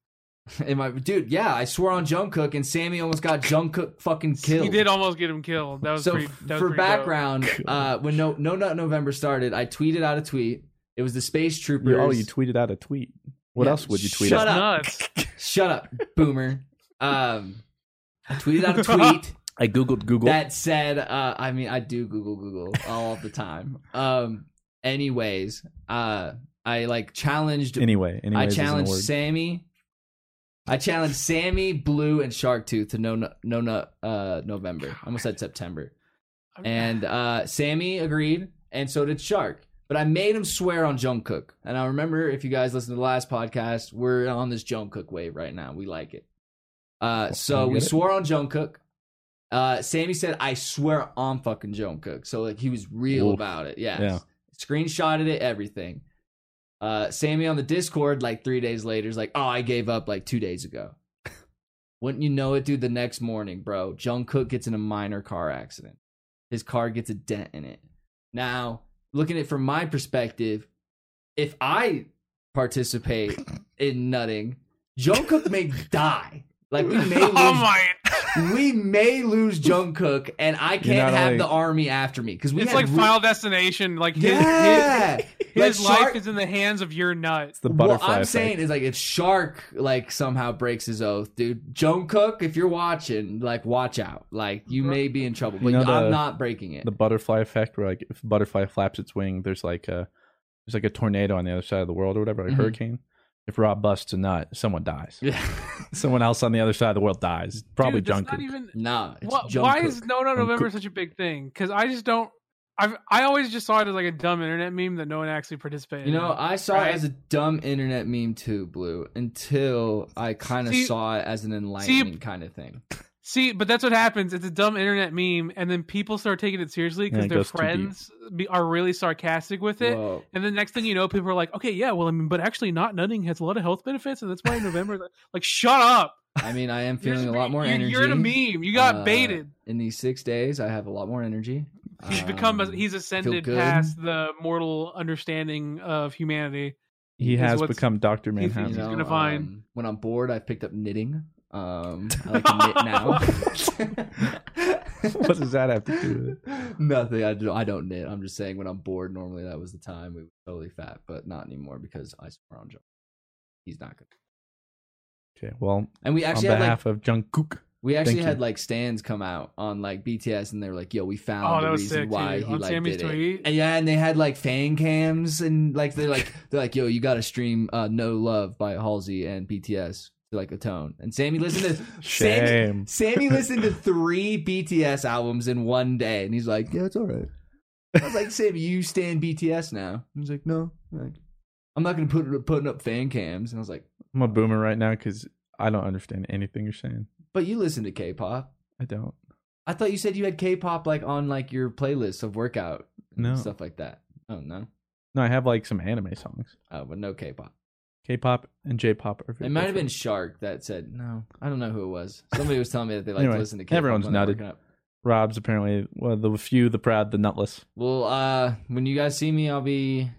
Am I, dude? Yeah, I swore on Jungkook, and Sammy almost got Jungkook (laughs) fucking killed. He did almost get him killed. That was so pretty. f- That was for pretty dope. (laughs) background, uh, when no no nut November started, I tweeted out a tweet. It was the space troopers. You, oh, you tweeted out a tweet. What Yeah, else would you tweet? shut out? up. (laughs) nuts. (laughs) Shut up, boomer. Um, I tweeted (laughs) out a tweet. I googled Google. That said, uh, I mean, I do Google Google all the time. Um, anyways, uh, I like challenged. anyway, anyway, I challenged Sammy. I challenged Sammy, Blue, and Shark Tooth to no no no no, uh, November. I almost said September. And uh, Sammy agreed, and so did Shark. But I made him swear on Jungkook. And I remember if you guys listened to the last podcast, we're on this Jungkook wave right now. We like it. Uh, so you we get it? swore on Jungkook. Uh, Sammy said, "I swear on fucking Jungkook." So like he was real Oof. about it. Yes. Yeah. Screenshotted it, everything. Uh, Sammy on the Discord like three days later is like, "Oh, I gave up like two days ago." (laughs) Wouldn't you know it, dude? The next morning, bro, Jungkook gets in a minor car accident. His car gets a dent in it. Now, looking at it from my perspective, if I (laughs) Oh participate in nutting, Jungkook may die. Like we may lose Oh my! we may lose Jungkook, and I can't not have only- the army after me because we it's had like re- Final Destination. Like his Yeah, his, his Like, life Shark- is in the hands of your nut. It's the What butterfly I'm effect. saying is like if Shark like somehow breaks his oath, dude, Joan Cook, if you're watching, like watch out. Like you may be in trouble, but know the- I'm not breaking it. the butterfly effect where like if a butterfly flaps its wing there's like a there's like a tornado on the other side of the world or whatever like a Mhm. hurricane if rob busts a nut someone dies Yeah. (laughs) someone else on the other side of the world dies probably Dude, that's junk not even. nah, it's Wha- Joan why Cook. is No No November such a big thing? Because I just don't. I've I always just saw it as like a dumb internet meme that no one actually participated. you know, in. I saw Right. it as a dumb internet meme too, Blue, until I kind of See- saw it as an enlightening kind of thing. See, but that's what happens. It's a dumb internet meme, and then people start taking it seriously Yeah, because it their goes too deep. friends be, are really sarcastic with it. Whoa. And then next thing you know, people are like, "Okay, yeah, well, I mean, but actually, not nutting has a lot of health benefits, and that's why in November, (laughs) like, shut up." I mean, I am (laughs) You're feeling a just lot be- more you- energy. You're in a meme. You got Uh, baited. In these six days, I have a lot more energy. He's become. A, Um, he's ascended good. past the mortal understanding of humanity. he is has what's- (laughs) become dr he's- manhattan he's- gonna find- um, when I'm bored, I've picked up knitting. (laughs) Um, I like to knit now. (laughs) what does that have to do with it Nothing. I don't, I don't knit. I'm just saying when I'm bored. Normally, that was the time we were totally fat, but not anymore because I swear on Joe, he's not good. okay well And we actually on had like behalf of jungkook we actually thank had you. like stands come out on like BTS, and they're like, "Yo, we found Oh, the that was reason sick, why dude. he On like Sammy's did it." tweet. And yeah, and they had like fan cams, and like (laughs) they're like they're like, "Yo, you got to stream uh, No Love by Halsey and BTS." to Like atone and Sammy listened to Sammy, shame (laughs) Sammy listened to three BTS albums in one day, and he's like, "Yeah, it's all right." I was like, "Sammy, you stand BTS now?" He's like, "No, like, I'm not gonna put putting up fan cams." And I was like, i'm a boomer right now because i don't understand anything you're saying "But you listen to K-pop? i don't I thought you said you had K-pop like on like your playlist of workout and No. stuff like that." Oh no, no i have like some anime songs oh, but no K-pop. k-pop and j-pop are very It might have been different. Shark that said no. I don't know who it was. Somebody was telling me that they like Anyway, to listen to K-pop. everyone's when they're nodded. working out. rob's apparently one of the few the proud the nutless Well, uh, when you guys see me, I'll be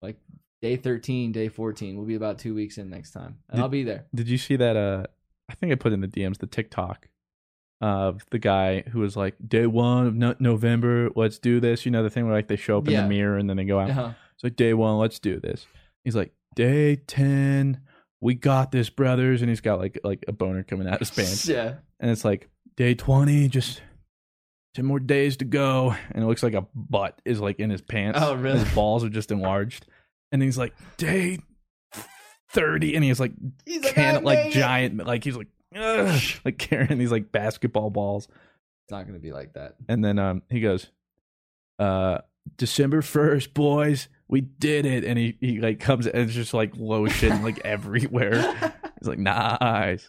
like day 13, day 14. We'll be about two weeks in next time. And Did- I'll be there. Did you see that? Uh, I think I put in the DMs the TikTok of the guy who was like, "Day one of no- November, let's do this." You know the thing where like they show up in Yeah. the mirror and then they go out. Uh-huh. It's like day one, let's do this. He's like, "Day ten, we got this, brothers," and he's got like like a boner coming out of his pants, (laughs) Yeah. and it's like day twenty, just. Ten more days to go, and it looks like a butt is like in his pants. Oh, and really? His balls are just enlarged, and he's like day thirty, and he's like He's can "I'm like doing it." giant like he's like "Ugh," like carrying these like basketball balls It's not going to be like that. and then um he goes uh december 1st boys we did it and he, he like comes and it's just like lotion (laughs) like everywhere he's like nice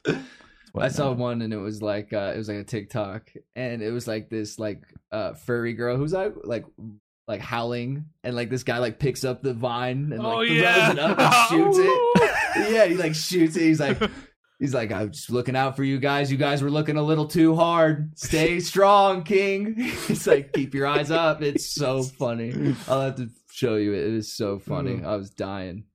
I saw one and it was like uh, it was like a TikTok and it was like this like uh, furry girl who's like like like howling and like this guy like picks up the vine and like Oh, throws yeah. it up (laughs) and shoots (laughs) it. yeah, he like shoots it. He's like he's like I was just looking out for you guys. You guys were looking a little too hard. (laughs) Stay strong, King. (laughs) He's like keep your eyes up. It's (laughs) so funny. I'll have to show you it. It is so funny. Hmm. I was dying.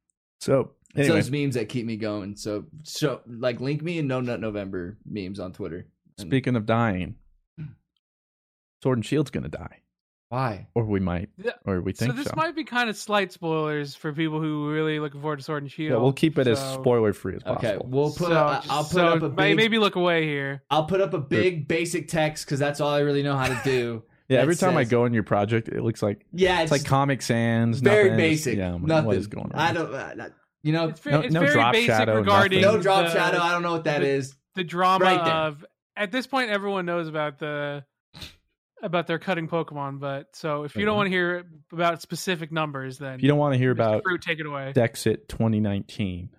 so It's anyway those memes that keep me going. So, so like, link me in No Nut November memes on Twitter. And speaking of dying sword and shield's gonna die why? or we might Yeah. or we think so so, this might be kind of slight spoilers for people who really looking forward to Sword and Shield. yeah, we'll keep it as so- spoiler free as possible Okay, we'll put. so, up, just- I'll put so up a may- big. maybe look away here. I'll put up a big basic text because that's all I really know how to do. yeah That every time i says- go on your project it looks like (laughs) Yeah, It's like Comic Sans. very nothing. It's- basic. Yeah, I'm like, nothing. what is going on? I don't. Uh, not- you know, It's, ve- No- it's no very drop basic shadow, regarding nothing. no drop the, shadow. I don't know what that the- is. the drama Right there. of at this point everyone knows about the about their cutting Pokemon, but so if you don't Mhm. want to hear about specific numbers, then If you don't want to hear Mr. about fruit, take it away. Dexit 2019,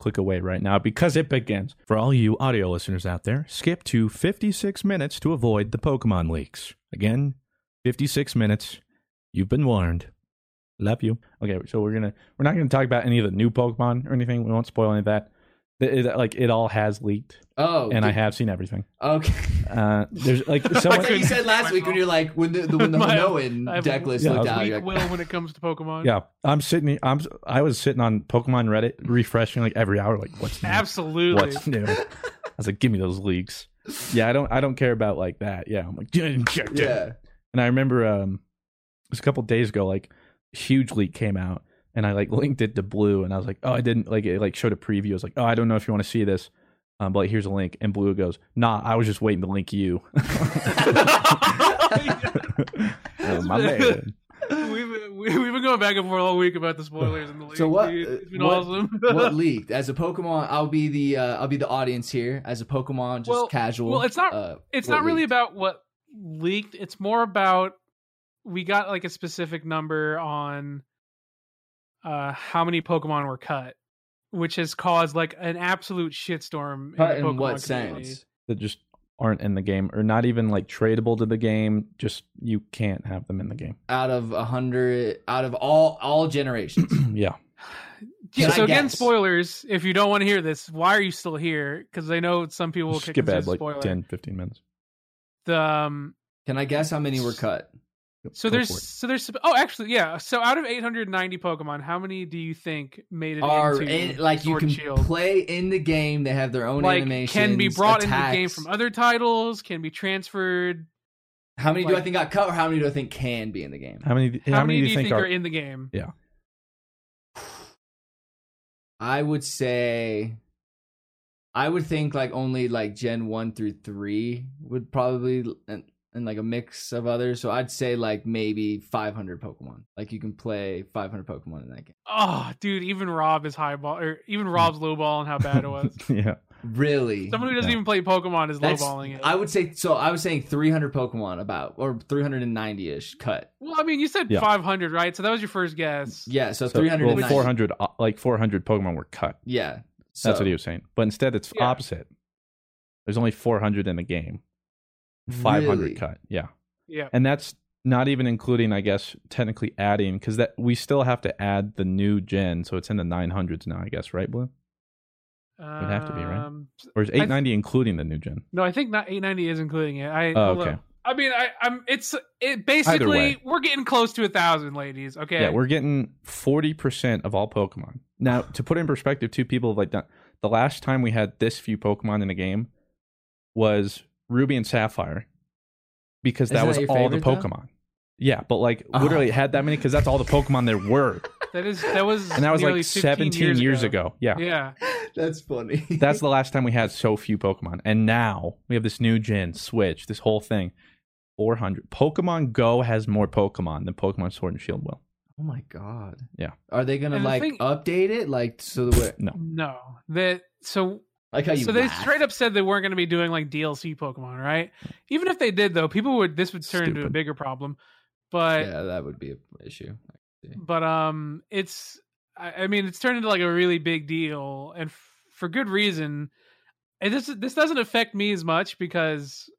click away right now because it begins. For all you audio listeners out there, skip to 56 minutes to avoid the Pokemon leaks. Again, 56 minutes. You've been warned. Love you. Okay, so we're gonna we're not gonna talk about any of the new Pokemon or anything. We won't spoil any of that. It, it- like it all has leaked, Oh, and I did- have seen everything. Okay, (laughs) Uh, there's (laughs) like someone. that's what you said last week when you're like when the, (laughs) the when the My- Minoan I have deck list Yeah, looked I out. weak You're like, will when it comes to Pokemon. Yeah, I'm sitting. here- I'm. I was sitting on Pokemon Reddit, refreshing like every hour. Like, what's new? absolutely. What's new? I was like, give me those leaks. yeah, I don't I don't care about like that. Yeah, I'm like yeah. Yeah. And I remember um, it was a couple days ago, like huge leak came out, and I like linked it to Blue, and I was like, oh, I didn't like it. Like showed a preview. I was like, oh, I don't know if you want to see this, um, but like, here's a link. And Blue goes, nah, I was just waiting to link you. (laughs) Oh, my man. (laughs) We've been, we- we've been going back and forth all week about the spoilers and the league. So what? uh, dude. It's been what, (laughs) awesome. (laughs) what leaked as a Pokemon? I'll be the uh, I'll be the audience here as a Pokemon, just Well- casual. well, it's not- uh, it's what not really leaked. about what leaked. It's more about we got like a specific number on uh how many Pokemon were cut, which has caused like an absolute shitstorm. Cut in the in Pokemon what community. sense? that just aren't in the game, or not even like tradable to the game. Just you can't have them in the game. (clears throat) Out of a hundred, out of all all generations. (clears throat) yeah, Yeah, Can I so again, guess? spoilers. If you don't want to hear this, why are you still here? Because I know some people will kick skip this ahead as a like spoiler. 10, 15 minutes. The, um, Can I guess how many were cut? Go So for there's it. so there's oh actually yeah so out of 890 Pokemon how many do you think made it Are into in, like you Sword can and Shield? play in the game. They have their own like animations. can be brought into the game attacks. from other titles can be transferred How many do I like- think got cut, or how many do I think can be in the game? How many? how, many, do you think are, in the game I would say I would think like only like Gen 1 through 3 would probably and, and like a mix of others. So I'd say like maybe 500 Pokemon. Like you can play 500 Pokemon in that game. oh dude even Rob is highball or Hmm. even Rob's lowball and (laughs) how bad it was yeah, Really? someone who doesn't Yeah. even play Pokemon is That's- lowballing it I would say so I was saying 300 Pokemon about or 390ish cut. well I mean you said Yeah. 500 right so that was your first guess Yeah, so, so, 390. well, 400 uh, like 400 Pokemon were cut. Yeah. So That's what he was saying. But instead, it's Yeah. opposite. There's only 400 in the game, 500 Really? cut. Yeah, yeah and that's not even including, I guess, technically adding because that we still have to add the new gen, so it's in the 900s now, I guess, right, Blue? would have to be, right? Um, Or is th- 890 including the new gen? No, I think not 890 is including it. I Oh, hold okay. up. I mean, I, I'm. It's it basically way. we're getting close to a thousand, ladies. Okay. Yeah, we're getting forty percent of all Pokemon. Now, to put it in perspective, two people have like done the last time we had this few Pokemon in a game was Ruby and Sapphire, because that Isn't was that your all the favorite, though? Pokemon. Yeah, but like Oh. literally it had that many because that's all the Pokemon there were, that is that was and that was nearly like 15 seventeen years, ago. Yeah. Yeah. (laughs) (laughs) That's funny. that's the last time we had so few Pokemon, and now we have this new gen Switch, this whole thing. 400 Pokemon Go has more Pokemon than Pokemon Sword and Shield will. Oh my god. Yeah. Are they going to And the like thing- update it like so the way No. No, that so like how you so they laugh. straight up said they weren't going to be doing like DLC Pokemon, right? Even if they did, though, people would this would turn into a Stupid. bigger problem. But yeah, that would be an issue. but um it's I, I mean it's turned into like a really big deal and f- for good reason and this this doesn't affect me as much because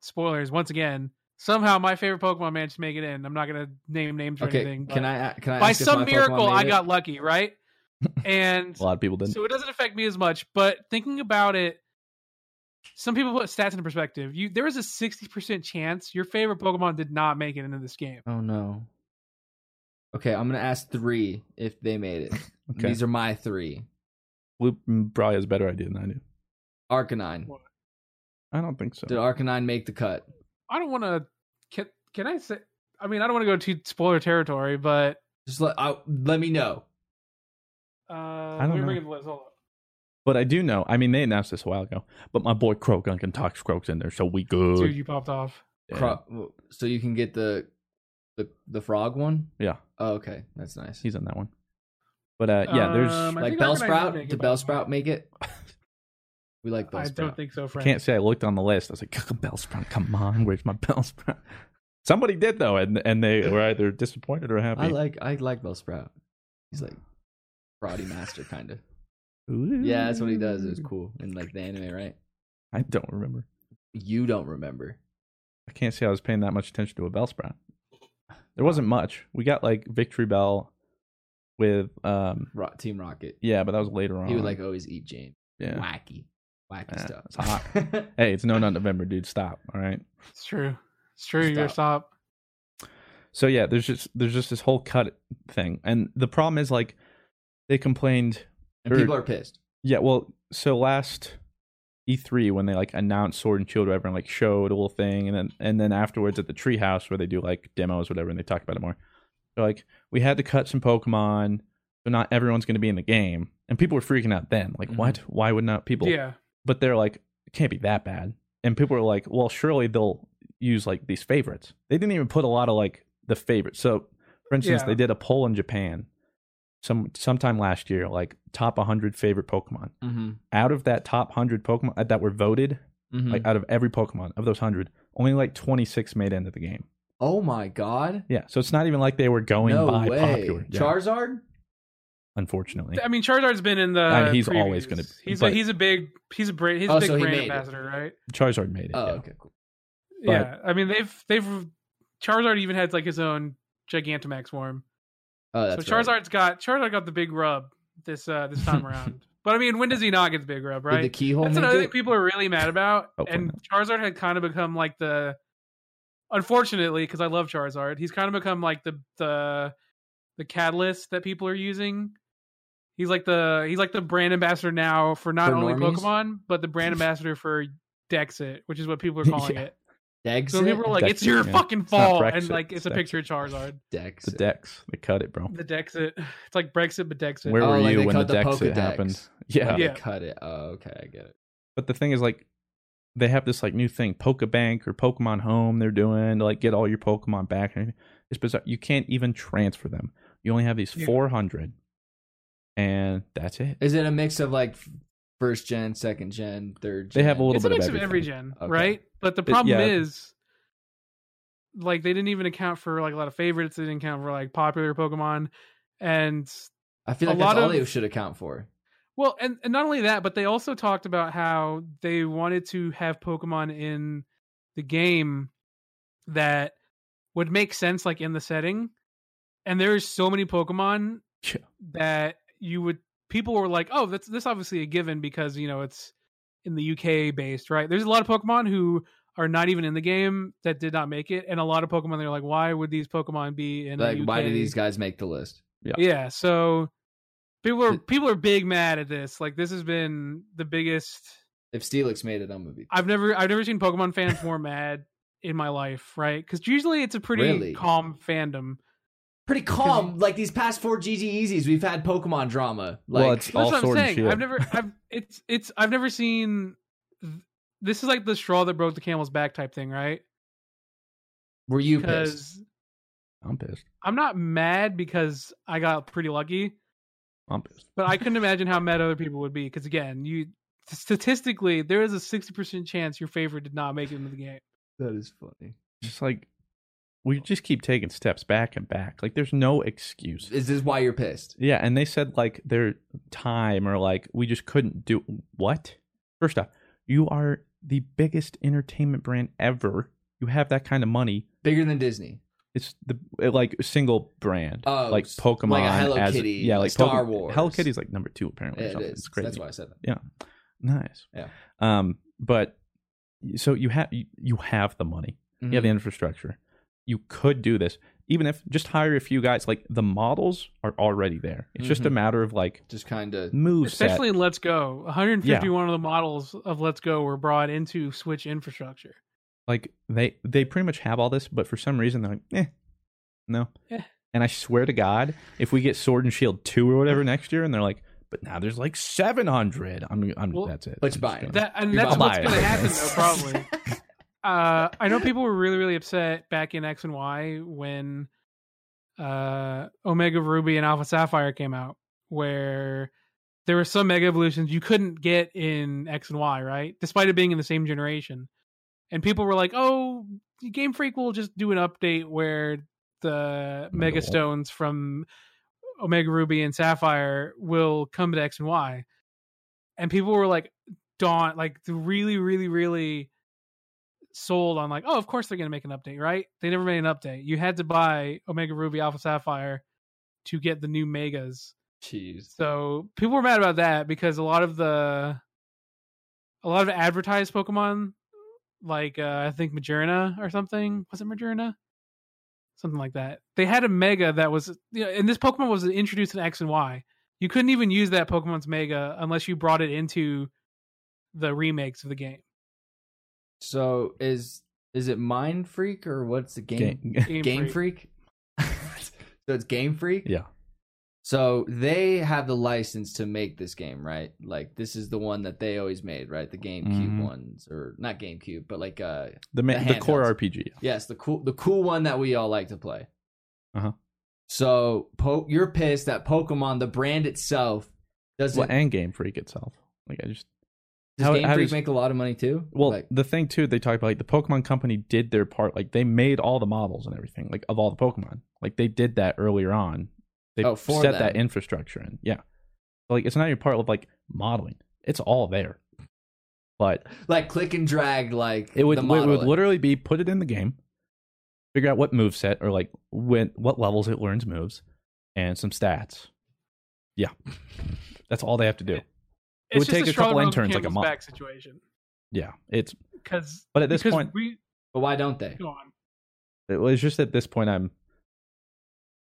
spoilers once again somehow my favorite pokemon managed to make it in i'm not gonna name names or Okay, anything can but I can I by ask if some my Pokemon miracle made i it? got (laughs) lucky right and A lot of people didn't. so it doesn't affect me as much, but thinking about it, some people put stats into perspective. You there is a sixty percent chance your favorite Pokemon did not make it into this game. Oh no. Okay, I'm gonna ask three if they made (laughs) it. Okay. These are my three. Blue mm, probably has a better idea than I do. Arcanine. I don't think so. Did Arcanine make the cut? I don't want to. Can, can I say? I mean, I don't want to go too spoiler territory, but Just let I, let me know. uh, don't let me know. bring in the list. Hold on. but I do know. I mean, they announced this a while ago. But my boy Crow Gunkin talks Crow's in there, so we good. Dude, you popped off. Yeah. Cro- so you can get the the the frog one. Yeah. Oh, okay, that's nice. He's on that one. But uh, yeah, there's Um, I like think Arcanine did Bellsprout. make it, Did by the way. Bellsprout make (laughs) it? We like I Bellsprout. don't think so, I friend. can't say I looked on the list. I was like, (laughs) Bellsprout, come on, where's my Bellsprout? (laughs) Somebody did though, and and they (laughs) were either disappointed or happy. I like I like Bellsprout. He's like karate master kind (laughs) of. Ooh. Yeah, that's what he does. It was cool in like the anime, right? I don't remember. You don't remember. I can't say I was paying that much attention to a Bellsprout. There wasn't much. We got like Victory Bell with um Ro- Team Rocket. yeah, but that was later on. He would like always eat James. yeah. Wacky, wacky Yeah, stuff. it's (laughs) (laughs) hot. Hey, it's no not November, dude. Stop. All right. It's true. It's true. You're stop. so yeah there's just there's just this whole cut thing and the problem is like they complained and people are pissed. yeah well so last E3 when they like announced Sword and Shield, or whatever, and like showed a little thing, and then and then afterwards at the Treehouse where they do like demos, whatever, and they talk about it more. They're like, we had to cut some Pokemon, so not everyone's going to be in the game, and people were freaking out then, like, Mhm. what? Why would not people? Yeah. But they're like, it can't be that bad, and people were like, well, surely they'll use like these favorites. They didn't even put a lot of like the favorites. So, for instance, Yeah. they did a poll in Japan some sometime last year, like top 100 favorite Pokemon. Mm-hmm. Out of that top 100 Pokemon uh, that were voted, Hmm. like out of every Pokemon of those hundred, only like twenty six made into the game. oh my god. Yeah, so it's not even like they were going no by way. popular. Yeah, Charizard? unfortunately, I mean, Charizard's been in the. And Uh, he's always previews. gonna be- He's but- a, he's a big he's a brand he's Oh, a big so he brand made it. ambassador, right? Charizard made it. Oh, yeah. okay, cool. But- yeah. I mean, they've they've Charizard even had like his own Gigantamax form. Oh, So that's right. Charizard's got Charizard got the big rub this uh (laughs) this time around. But I mean, when does he not get the big rub, Did the right? keyhole That's make another it? thing people are really (laughs) mad about. Hopefully and Charizard had kind of become like the, unfortunately, because I love Charizard, he's kind of become like the the the catalyst that people are using. He's like the he's like the brand ambassador now for not For only normies? Pokemon but (laughs) the brand ambassador for Dexit, which is what people are calling Yeah. it. Dexit? So people are like, "It's Dexit, your yeah. fucking It's not fault," Brexit, and like it's it's, a Dexit. picture of Charizard, the Dexit. Dex, they cut it, bro. the Dexit. It's like Brexit but Dexit. Where Oh, were like you they when the cut the Dex Pokedex. happened? Like, Yeah. they Yeah. Cut it. Oh, okay, I get it. but the thing is, like, they have this like new thing, Pokebank or Pokemon Home. They're doing to like get all your Pokemon back. and everything. It's bizarre. You can't even transfer them. You only have these Yeah. four hundred, and that's it. Is it a mix of like first gen, second gen, third gen? They have a little it's bit a of mix of, every everything. gen, Okay. right? But the problem yeah. is, like, they didn't even account for like a lot of favorites. They didn't account for like popular Pokemon, and I feel a like that's lot all of- they should account for. well, and, and not only that, but they also talked about how they wanted to have Pokemon in the game that would make sense, like in the setting. And there's so many Pokemon Yeah. that you would people were like, oh, that's this obviously a given because you know it's in the UK based, right? There's a lot of Pokemon who are not even in the game that did not make it, and a lot of Pokemon they're like, why would these Pokemon be in? a Like, why do UK these guys make the list? Yeah. yeah. so people are It- people are big mad at this like this has been the biggest If Steelix made it, I'm gonna be. i've never i've never seen pokemon fans more mad in my life right because usually it's a pretty Really? calm fandom pretty calm. Like these past four GG Easies, we've had Pokemon drama. Like, Well, it's- that's All what i'm sword and saying shield. i've never i've it's it's i've never seen th- this is like the straw that broke the camel's back type thing right were you pissed? because I'm pissed. i'm not mad because i got pretty lucky I'm pissed. but I couldn't imagine how mad other people would be because again, you statistically there is a sixty percent chance your favorite did not make it into the game. That is funny. Just like we just keep taking steps back and back. Like there's no excuse. Is this why you're pissed? Yeah, and they said like their time or like we just couldn't do what? First off, you are the biggest entertainment brand ever. You have that kind of money. Bigger than Disney. It's the it, like single brand, Oh, like s- Pokemon, like a Hello as- Kitty, yeah, like Star Poke- Wars. Hello Kitty's like number two apparently. or It something. is. It's crazy. That's why I said that. Nice. Yeah. Um, but so you have you, you have the money. You have Mm-hmm. the infrastructure. You could do this, even if just hire a few guys. Like the models are already there. It's just a Mhm. matter of like Just kind of. move Especially in Let's Go, one hundred and fifty-one of the models of Let's Go were brought into Switch infrastructure. like they they pretty much have all this, but for some reason they're like, eh, no. Eh. And I swear to God, if we get Sword and Shield two or whatever next year, and they're like, but now there's like seven hundred. I'm I'm Well, that's it. but I'm just you buy it. gonna- That and You're that's not what's buying going it. to happen though, probably. (laughs) uh, I know people were really really upset back in X and Y when uh, Omega Ruby and Alpha Sapphire came out, where there were some Mega Evolutions you couldn't get in X and Y, right? Despite it being in the same generation, and people were like, "Oh, Game Freak will just do an update where the No, they Mega won't. Stones from Omega Ruby and Sapphire will come to X and Y." And people were like, daunt like the really really really sold on like oh of course they're going to make an update right they never made an update you had to buy omega ruby alpha sapphire to get the new megas Jeez. so people were mad about that because a lot of the a lot of advertised pokemon like uh, i think majorna or something was it majorna something like that they had a mega that was you know, and this pokemon was introduced in x and y you couldn't even use that pokemon's mega unless you brought it into the remakes of the game. So is is it Mind Freak or what's the game? Game Game Freak. (laughs) so it's Game Freak. yeah. So they have the license to make this game, right? Like this is the one that they always made, right? The GameCube Mhm. ones, or not GameCube, but like uh, (laughs) The ma- The the, core handhelds. RPG. yes, the cool, the cool one that we all like to play. Uh-huh. So po- you're pissed that Pokemon, the brand itself, doesn't. Well, and Game Freak itself. Like I just does how- Game how Freak does- make a lot of money too? well Like- the thing too they talk about like the Pokemon company did their part. Like they made all the models and everything like of all the Pokemon. Like they did that earlier on. They Oh, for set that them. infrastructure in. Yeah. Like it's not your part of like modeling. It's all there. But like click and drag like it would the it would modeling. literally be put it in the game, figure out what move set or like when what levels it learns moves, and some stats. Yeah, (laughs) that's all they have to do. would It's just take a straw couple that broke the interns, like, a camel's month. back situation. Yeah, it's 'Cause- But at this because point- we but why don't they go on. it was just at this point I'm,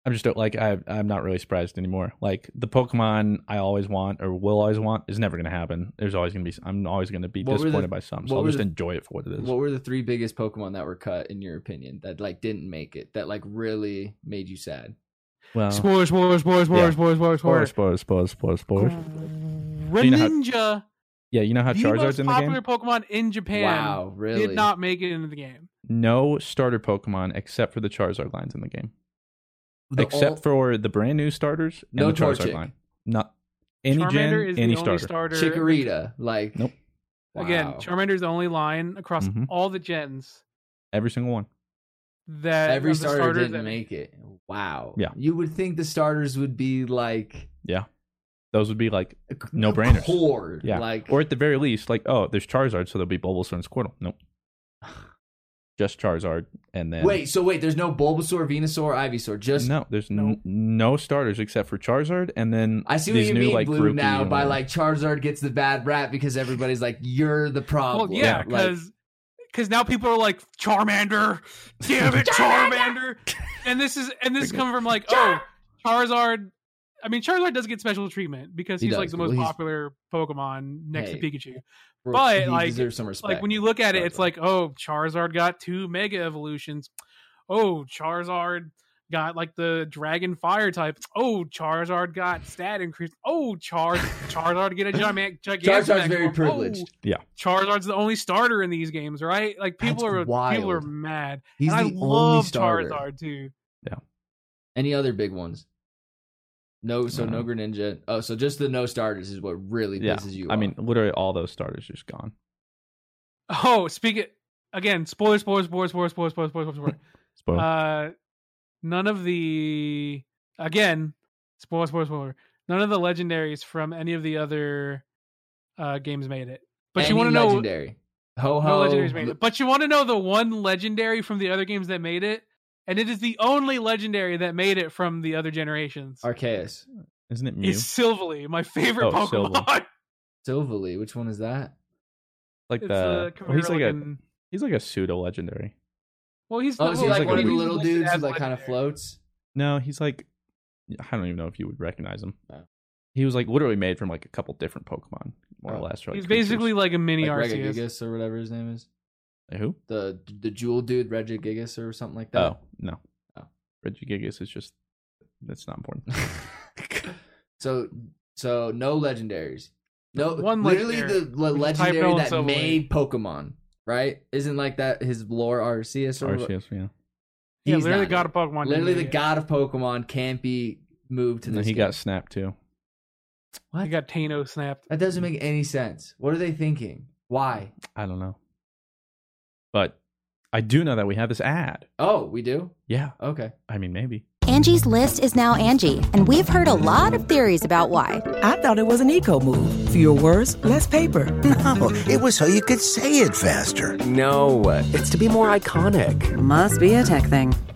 I'm just like I I'm not really surprised anymore. Like the Pokemon I always want or will always want is never gonna happen. There's always gonna be I'm always gonna be What were the- disappointed by some. what So I'll were just the- enjoy it for what it is. what were the three biggest pokemon that were cut in your opinion that like didn't make it that like really made you sad well, Spoilers, spoilers, spoilers, spoilers, spoilers, spoilers, spoilers, spoilers. spoilers, spoilers, spoilers, spoilers. you know how- Greninja, Yeah, you know how the Charizard's most in the game. popular Pokemon in Japan, wow really did not make it into the game. no starter Pokemon except for the Charizard lines in the game. The except ol- for the brand new starters and No the Charizard Torchic. line. Not any Charmander gen, is any the starter. only starter. chikorita like Nope. wow. Again, Charmander is the only line across Mhm. all the gens Every single one. that every of the starter starters didn't that- make it wow Yeah. you would think the starters would be like Those would be like, a c- No brainers. core yeah. like or at the very least, like, oh, there's Charizard, so there'll be Bulbasaur and Squirtle. (sighs) Nope. Just Charizard, and then wait so wait there's no bulbasaur venusaur ivysaur just no, there's No. n- no starters except for Charizard, and then I see what these you new mean, like Blue. Grookey Now, and by whatever. like Charizard gets the bad rap because everybody's like, "You're the Well, problem." yeah, like, because now people are like Charmander, damn it, (laughs) Charmander, and this is and this is coming from like oh Charizard. I mean, Charizard does get special treatment because He he's like does, the well, most he's- popular Pokemon next Hey, to Pikachu. bro, but, he like- deserves some respect. Like when you look at it, it's Charizard. like oh Charizard got two Mega Evolutions. Oh Charizard got like the Dragon Fire type. Oh Charizard got stat increase. Oh Char Charizard get a giant gigantic. Oh, Charizard's very privileged. Charizard's the only starter in these games, right? Like people That's are people are wild. mad. He's and I the only love starter. Charizard too. Any other big ones? No, so no Um, Greninja. Oh, so just the no starters is what really yeah, pisses you off. I mean, literally all those starters just gone. Oh, speak it again. Spoilers, spoilers, spoilers, spoilers, spoilers, spoilers, spoilers. spoilers. Spoiler. uh, none of the again, spoiler, spoiler, spoiler. None of the legendaries from any of the other uh, games made it. But you want to know legendary? Ho no ho. Oh, legendaries made it. But you want to know the one legendary from the other games that made it, and it is the only legendary that made it from the other generations. Arceus, Isn't it Mew? is Silvally, my favorite Oh, Pokemon. Silvally. Silvally. Which one is that? Oh, like It's the uh, the well, he's like a Camaro-looking- he's like a pseudo legendary. well, he's Oh, not- is well, he like, like one a of the weird- little listed dudes who as like kind of legendary. floats? No, he's like I don't even know if you would recognize him. No. He was like literally made from like a couple different Pokemon, more Oh. or less. or, like, He's basically creatures. like a mini Like Arceus. Regigigas or whatever his name is. Like who? The the jewel dude, Regigigas or something like that. Oh no, Oh. Regigigas is just that's not important. (laughs) so so no legendaries. No One literally legendary, the le- which is legendary Typhlosion that Silverwing. made Pokemon, right? Isn't like that his lore Arceus or Arceus, yeah. yeah, he's literally not got a it. Pokemon. didn't Literally the make it. god of Pokemon can't be moved to And then this. he game. got snapped too. what? He got Tano snapped. that doesn't make any sense. What are they thinking? Why? I don't know, but I do know that we have this ad. Oh, we do? Yeah, Okay. I mean maybe. Angie's list is now Angie, and we've heard a lot of theories about why. I thought it was an eco move. Fewer words, less paper. No, it was so you could say it faster. No, it's to be more iconic. Must be a tech thing.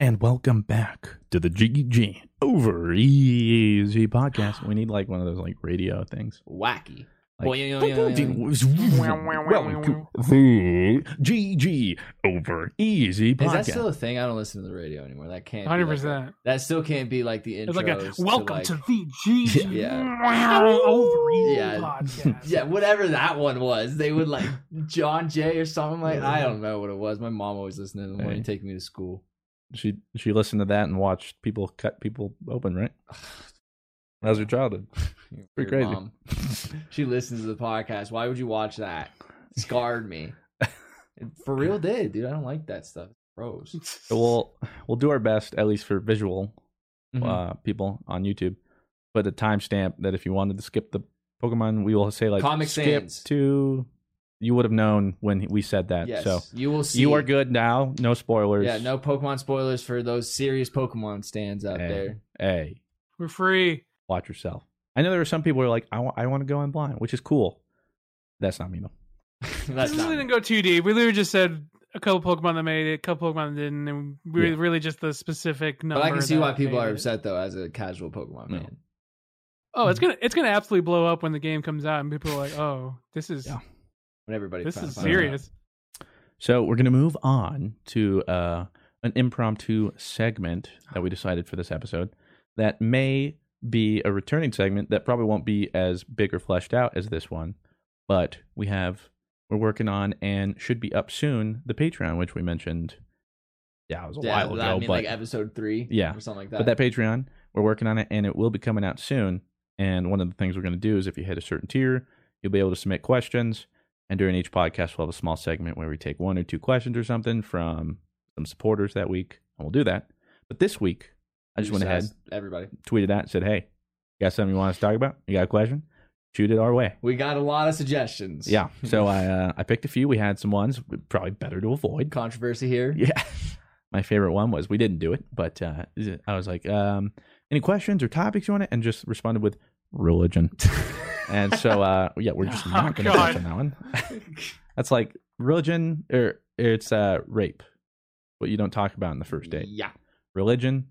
And welcome back to the GG Over Easy podcast. We need like one of those like radio things. Wacky. Like- Boy, yo, yo, yo, yo, yo. Welcome to the GG Over Easy Is that still podcast. a thing? I don't listen to the radio anymore. That can't. be like a- 100%. that still can't be like the intro. It's like a welcome to, the (laughs) GG Yeah. over Easy Yeah. podcast. (laughs) (laughs) yeah, whatever that one was. They would like John Jay or something like. I don't know what it was. My mom always listened in the morning, Hey. taking me to school. She she listened to that and watched people cut people open, (sighs) right? That was your (laughs) childhood. Pretty Your crazy. mom. (laughs) she listens to the podcast. Why would you watch that? Scarred me. (laughs) It for real did, dude. I don't like that stuff. Gross. So we'll we'll do our best, at least for visual Mhm. uh, people on YouTube, put a timestamp that if you wanted to skip the Pokemon, we will say like Comic skip Sans. to. You would have known when we said that. yes. So you will see. you are good now. No spoilers. Yeah, no Pokemon spoilers for those serious Pokemon stands out Hey, there. Hey, We're free. watch yourself. I know there are some people who are like, I want to go in blind, which is cool. That's not me though. That's we really not. didn't go too deep. We literally just said a couple Pokemon that made it, a couple Pokemon that didn't, and we Yeah. really just the specific number. But I can see that why people made are it. upset though, as a casual Pokemon No. fan. Oh, it's gonna it's gonna absolutely blow up when the game comes out, and people are like, "Oh, this is Yeah. When everybody this fin- is finds out. serious." So we're gonna move on to uh, an impromptu segment that we decided for this episode that may be a returning segment that probably won't be as big or fleshed out as this one, but we have we're working on and should be up soon the Patreon, which we mentioned. Yeah, it was a Yeah, while ago, I mean, but like episode three, Yeah. or something like that. but that Patreon, we're working on it and it will be coming out soon. And one of the things we're going to do is if you hit a certain tier, you'll be able to submit questions. And during each podcast, we'll have a small segment where we take one or two questions or something from some supporters that week. And we'll do that. But this week, I just You went ahead, asked everybody. tweeted out, and said, Hey, you got something you want us to talk about? You got a question? Shoot it our way. We got a lot of suggestions. Yeah. So I uh, I picked a few. We had some ones probably better to avoid. (laughs) controversy here. (laughs) Yeah. My favorite one was we didn't do it, but uh, I was like, um, any questions or topics you want to? And just responded with religion. and so, uh, yeah, we're (laughs) just Oh, not going to God. touch on that one. (laughs) That's like religion or it's uh, rape, what you don't talk about in the first date. Yeah. Religion.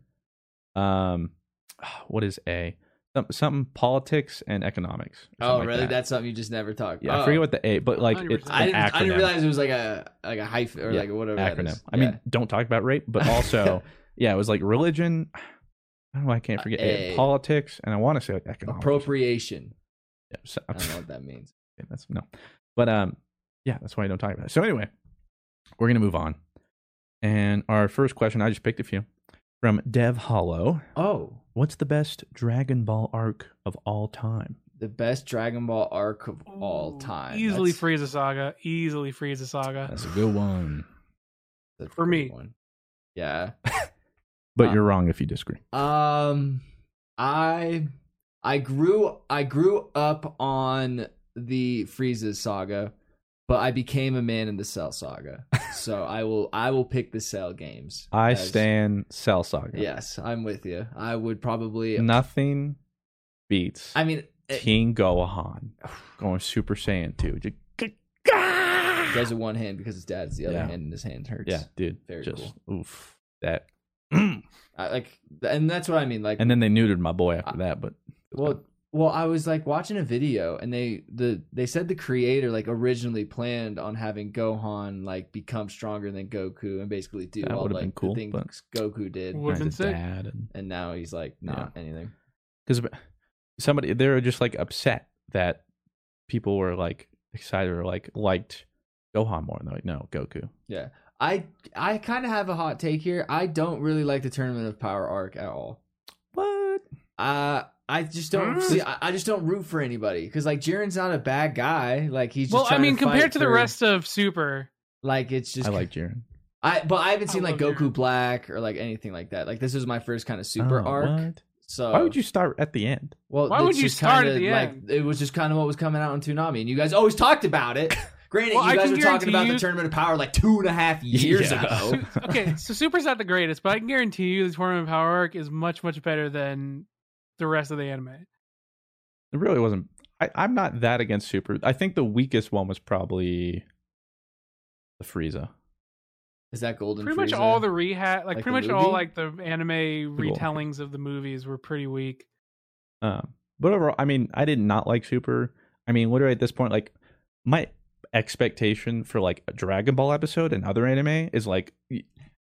Um, (sighs) what is A? Some, something politics and economics. or Oh, something like really? that. That's something you just never talk. yeah. oh. I forget what the A, but like it's 100%. an I didn't, acronym. I didn't realize it was like a like a hyphen or Yeah, like whatever that acronym. is. I mean, Yeah. don't talk about rape, but also, (laughs) yeah, it was like religion. Oh, I can't forget Eh. politics, and I want to say like economics. appropriation. Yeah, so- (laughs) I don't know what that means. Okay, that's no, but um, yeah, that's why I don't talk about it. So anyway, we're gonna move on, and our first question I just picked a few from Dev Hollow. Oh, What's the best Dragon Ball arc of all time? the best Dragon Ball arc of all Ooh, time. Easily That's- Frieza Saga. Easily Frieza Saga. a good one. that's a for great me. One. Yeah. But Uh, you're wrong if you disagree. Um, I I grew I grew up on the Frieza saga, but I became a man in the Cell saga. (laughs) so I will I will pick the Cell games. I as- stand Cell Saga. Yes, I'm with you. I would probably. Nothing beats I mean, it, King (sighs) Gohan going Super Saiyan 2. Ju- he does it one hand because his dad's the other Yeah. hand, and his hand hurts. Yeah, dude. Very just oof. That and (clears throat) I, like, and that's what I mean. Like, then they neutered my boy after that, but Well, well, I was like watching a video, and they the they said the creator like originally planned on having Gohan like become stronger than Goku and basically do That all would've like been cool, the things but- Goku did, Would've been his sick. dad and and now he's like not anything. because somebody they were just like upset that people were like excited or like liked Gohan more, and they're like, no, Goku. Yeah, I I kind of have a hot take here. I don't really like the Tournament of Power arc at all. What? Uh, I just don't see. I, I just don't root for anybody because like Jiren's not a bad guy. Like he's just well, I trying mean, fight compared to the for- rest of Super, like it's just I like Jiren. I but I haven't I seen like love Goku Jiren. Black or like anything like that. Like this is my first kind of super Oh, arc. what? So Why would you start at the end? Well, Why would it's you just start at kinda the like, end? It was just kind of what was coming out in Toonami, and you guys always talked (laughs) about it. Granted, Well, I you guys can were talking about guarantee you- the Tournament of Power like two and a half (laughs) years Yeah. ago. Su- okay, so Super's not the greatest, but I can guarantee you the Tournament of Power arc is much much better than the rest of the anime. It really wasn't. I, I'm not that against Super. I think the weakest one was probably the Frieza. Is that Golden? Pretty much Frieza? all the rehat, like, Like pretty much the all movie? like the anime old- retellings of the movies were pretty weak. Um, but overall, I mean, I did not like Super. I mean, literally at this point, like my expectation for like a Dragon Ball episode and other anime is like y-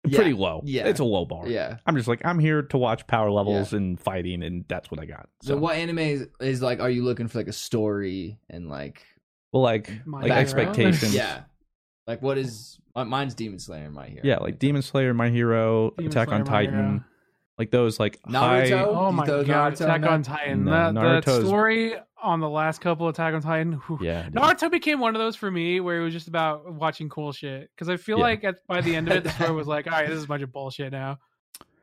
Yeah, pretty low. yeah. it's a low bar. Yeah. I'm just like I'm here to watch power levels and fighting, and that's what I got. So, So, what anime is, is like? Are you looking for like a story (laughs) and like well, like My like Hero? expectations. (laughs) Yeah. Like what is uh, mine's Demon Slayer in my hero. yeah, like Demon Slayer, My Hero, Demon Attack on Slayer, My Hero. Titan, like those like high. Naruto. Oh You my throw god, Naruto in Attack there? on Titan. No, that, that Naruto's- story on the last couple Attack on Titan. whew. Yeah, dude. Naruto became one of those for me where it was just about watching cool shit. Because I feel Yeah. like at, by the end of it, the story was like, all right, this is a bunch of bullshit now.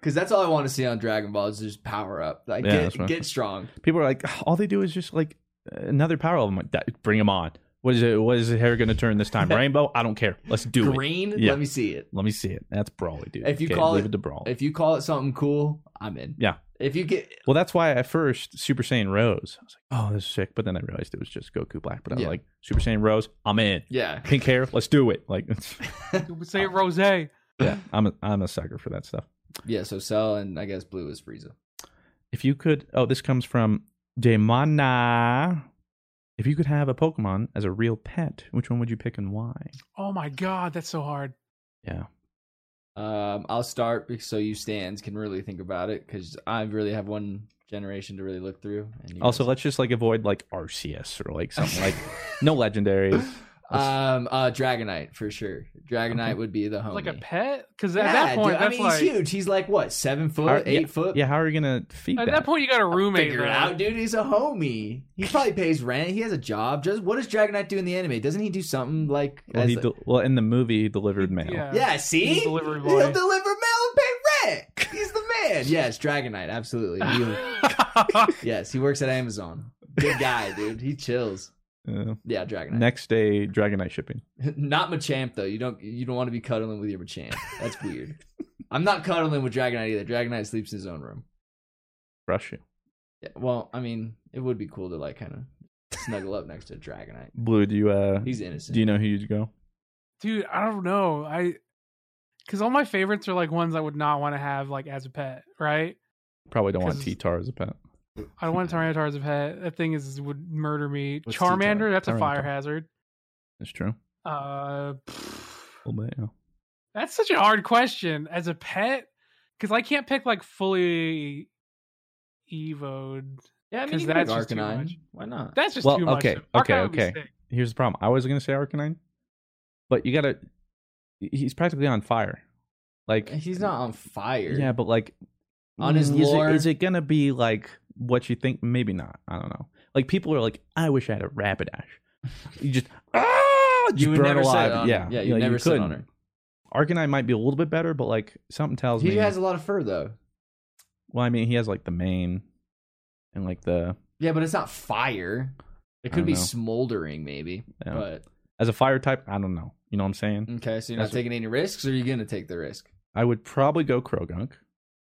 Because that's all I want to see on Dragon Ball is just power up. Like Yeah, that's get what- get strong. people are like, all they do is just like another power level. I'm like, "That- bring them on. What is it? What is the hair going to turn this (laughs) time? Rainbow? I don't care. Let's do it. Green. Yeah. Let me see it. Let me see it. That's Brawly, dude. If you Okay, call leave it- it to Brawl. If you call it something cool, I'm in. Yeah. If you get well, that's why at first Super Saiyan Rose, I was like, oh, this is sick. But then I realized it was just Goku Black. But I was Yeah. like, Super Saiyan Rose, I'm in. yeah. Pink hair, let's do it. Like, it's- (laughs) Oh. Say Rose. Well, yeah, I'm a, I'm a sucker for that stuff. Yeah, so Cell and I guess Blue is Frieza. If you could, oh, this comes from Demana. If you could have a Pokemon as a real pet, which one would you pick and why? Oh my god, that's so hard. Yeah. Um, I'll start because so you stands can really think about it because I really have one generation to really look through. And you Also, guys- let's just like avoid like Arceus or like something like no (laughs) legendaries. um uh Dragonite for sure. Dragonite Okay. would be the homie. Like a pet? Because at Yeah, that point, dude, I that's mean like. he's huge. He's like what seven foot, Are- eight foot. Yeah, how are you gonna feed At that? that point, you got a roommate. Figure it though. out, dude. He's a homie. He probably pays rent. He has a job. Just what does Dragonite do in the anime? Doesn't he do something like? well, as he a- del- well, in the movie, he delivered mail. Yeah. yeah, see, He's a delivery boy. he'll deliver mail and pay rent. He's the (laughs) man. yes, Dragonite, absolutely. (laughs) He- (laughs) Yes, he works at Amazon. Good guy, dude. He chills. Uh, Yeah, Dragonite. next day, Dragonite shipping. (laughs) Not Machamp though. You don't you don't want to be cuddling with your Machamp. That's (laughs) weird. I'm not cuddling with Dragonite either. Dragonite sleeps in his own room. Rush you. Yeah, well, I mean, it would be cool to like kind of snuggle up next to Dragonite. Blue, do you uh, He's innocent. do you know who you'd go? (laughs) dude, I don't know. I. Because all my favorites are like ones I would not want to have like as a pet, right? Probably don't want 'Cause- T-Tar as a pet. (laughs) I don't want Tyranitar as a pet. That thing is would murder me. What's Charmander, Tyranitar? that's a fire Tyranitar. hazard. That's true. Uh, pff, A little bit, yeah. that's such a hard question as a pet because I can't pick like fully evoed. Yeah, I mean, 'Cause you can that's pick just too much. Arcanine. Why not? That's just Well, too much. okay, though. okay, Arcanine would be okay. sick. Here's the problem. I was gonna say Arcanine, but you gotta. He's practically on fire. Like He's not on fire. Yeah, but like On his mm, is lore- it, is it gonna be like what you think? Maybe not. I don't know. Like people are like, I wish I had a Rapidash. (laughs) You just ah, just you would burn never alive. sit on yeah, her. Yeah, you like, never sit on couldn't. her. Arcanine might be a little bit better, but like something tells He me. has a lot of fur though. well, I mean, he has like the mane and like the Yeah, but it's not fire. I It could don't be know. smoldering, maybe. Oh, Yeah. But As a fire type, I don't know. You know what I'm saying? okay, so you're not That's- taking any risks, or are you gonna take the risk? I would probably go Krogunk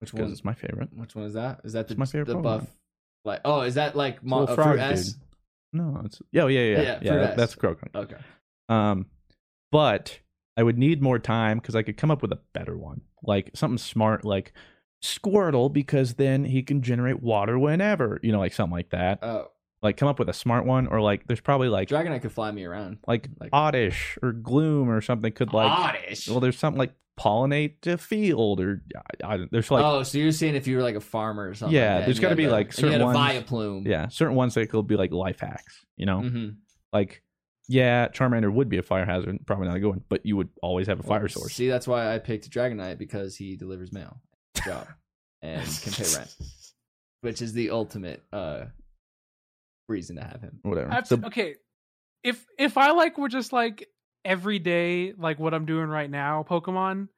Which because one? it's my favorite. Which one is that? Is that the, It's my favorite the Pokemon. buff? Like, oh, is that like mo- little uh, frog fruit S? dude. No, it's oh, yeah, yeah, yeah, Yeah, yeah. fruit that- S. that's Krogunk. Okay. Um, but I would need more time because I could come up with a better one, like something smart, like Squirtle, because then he can generate water whenever, you know, like something like that. Oh, Like come up with a smart one, or like there's probably like Dragonite could fly me around. like, like- Oddish or Gloom or something could like Oddish. well, there's something like pollinate to field or I, I, there's like oh, so you're saying if you were like a farmer or something? Yeah, like that, there's and you gotta had be, a- like, and certain You had a ones- Viaplume. yeah certain ones that could be like life hacks, you know, hmm like. Yeah, Charmander would be a fire hazard, probably not a good one, but you would always have a fire source. See, that's why I picked Dragonite because he delivers mail, (laughs) job, and can pay rent, which is the ultimate uh reason to have him. Whatever. I've- So- okay, if if I like were just like every day like what I'm doing right now, Pokemon,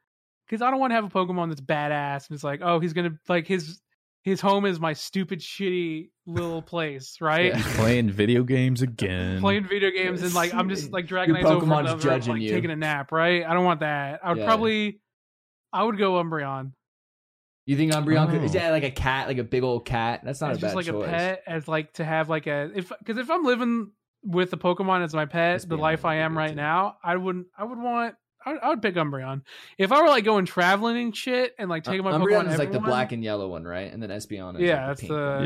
because I don't want to have a Pokemon that's badass and it's like, oh, he's gonna like his his home is my stupid shitty little place, (laughs) (laughs) right? Yeah. playing video games again. Playing video games and like I'm just like dragging Your eyes over Pokemon's and over, judging like you. taking a nap, right? I don't want that. I would Yeah. probably, I would go Umbreon You think Umbreon could? Oh. Is that like a cat, like a big old cat? That's not as a just bad like choice. a pet, as like to have like a if because if I'm living with a Pokemon as my pet, That's the being life I really am good, right too. now, I wouldn't. I would want. I would, I would pick Umbreon if I were like going traveling and shit and like taking my Uh, Umbreon Pokemon. is like the everywhere, black and yellow one, right? And then Espeon is like Yeah, that's the pink one.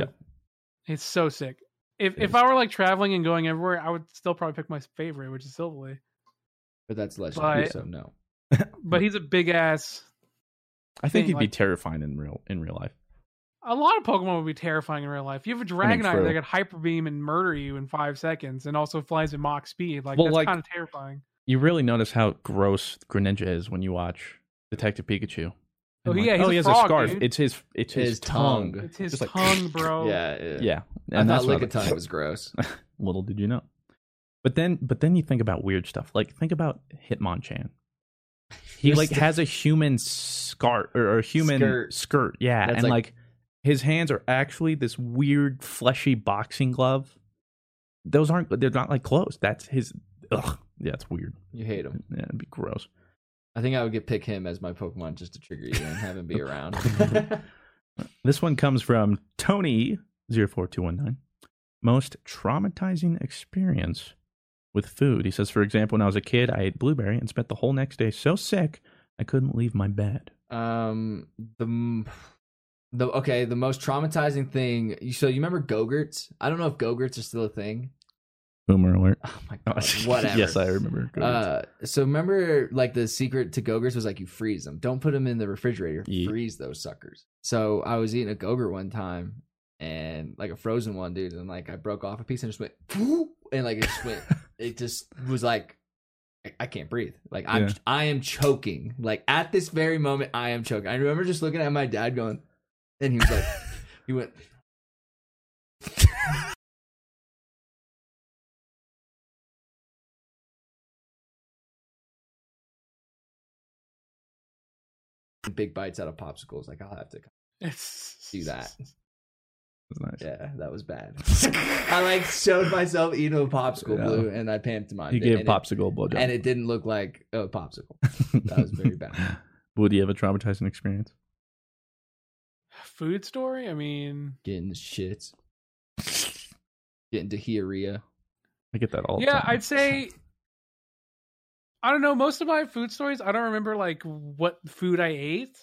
the. It's so sick. If It if is. I were like traveling and going everywhere, I would still probably pick my favorite, which is Silverly. but that's legendary, but- so no. But he's a big ass. I think thing, he'd be like- terrifying in real in real life. A lot of Pokemon would be terrifying in real life. You have a I mean, Dragonite true. that could hyper beam and murder you in five seconds, and also flies at mock speed. Like Well, that's like- kind of terrifying. You really notice how gross Greninja is when you watch Detective Pikachu. Oh, And yeah, he's oh, a he has frog, a scarf. dude. It's his it's his, His tongue. tongue. It's his Just like- (laughs) tongue, bro. Yeah, Yeah, I thought what I- (laughs) Lickitung was gross. Little did you know. But then, but then you think about weird stuff. Like think about Hitmonchan. He You're like st- has a human scarf or, or a human skirt. Skirt. Yeah, That's and like, like- his hands are actually this weird fleshy boxing glove. Those aren't. They're not like clothes. That's his. Ugh. Yeah, it's weird. You hate him. Yeah, it'd be gross. I think I would get pick him as my Pokemon just to trigger you and have (laughs) him be around. This one comes from Tony 04219. Most traumatizing experience with food. He says, for example, when I was a kid, I ate blueberry and spent the whole next day so sick I couldn't leave my bed. um, the m- the okay, the most traumatizing thing. you- So you remember Gogurts? I don't know if Gogurts are still a thing. Boomer alert. (laughs) Oh my god, whatever. yes, I remember. Uh, so remember, like the secret to gogurts was like you freeze them. Don't put them in the refrigerator. Yeah. Freeze those suckers. So I was eating a gogurt one time, and like a frozen one, dude, and like I broke off a piece and just went, (laughs) and like it just went. it just was like, I, I can't breathe. Like I'm, Yeah. I am choking. Like at this very moment, I am choking. I remember just looking at my dad going, and he (laughs) was like, he went. Big bites out of popsicles. Like I'll have to do that. That's nice. Yeah, that was bad. I like showed myself eating a popsicle Yeah. blue, and I pantomimed. He it, gave and popsicle a it, blowjob. and (laughs) it didn't look like a popsicle. that was very bad. Would you have a traumatizing experience? (laughs) Food story? I mean, Getting the shits, getting diarrhea. I get that all the yeah, time. I'd say. I don't know. Most of my food stories, I don't remember like what food I ate,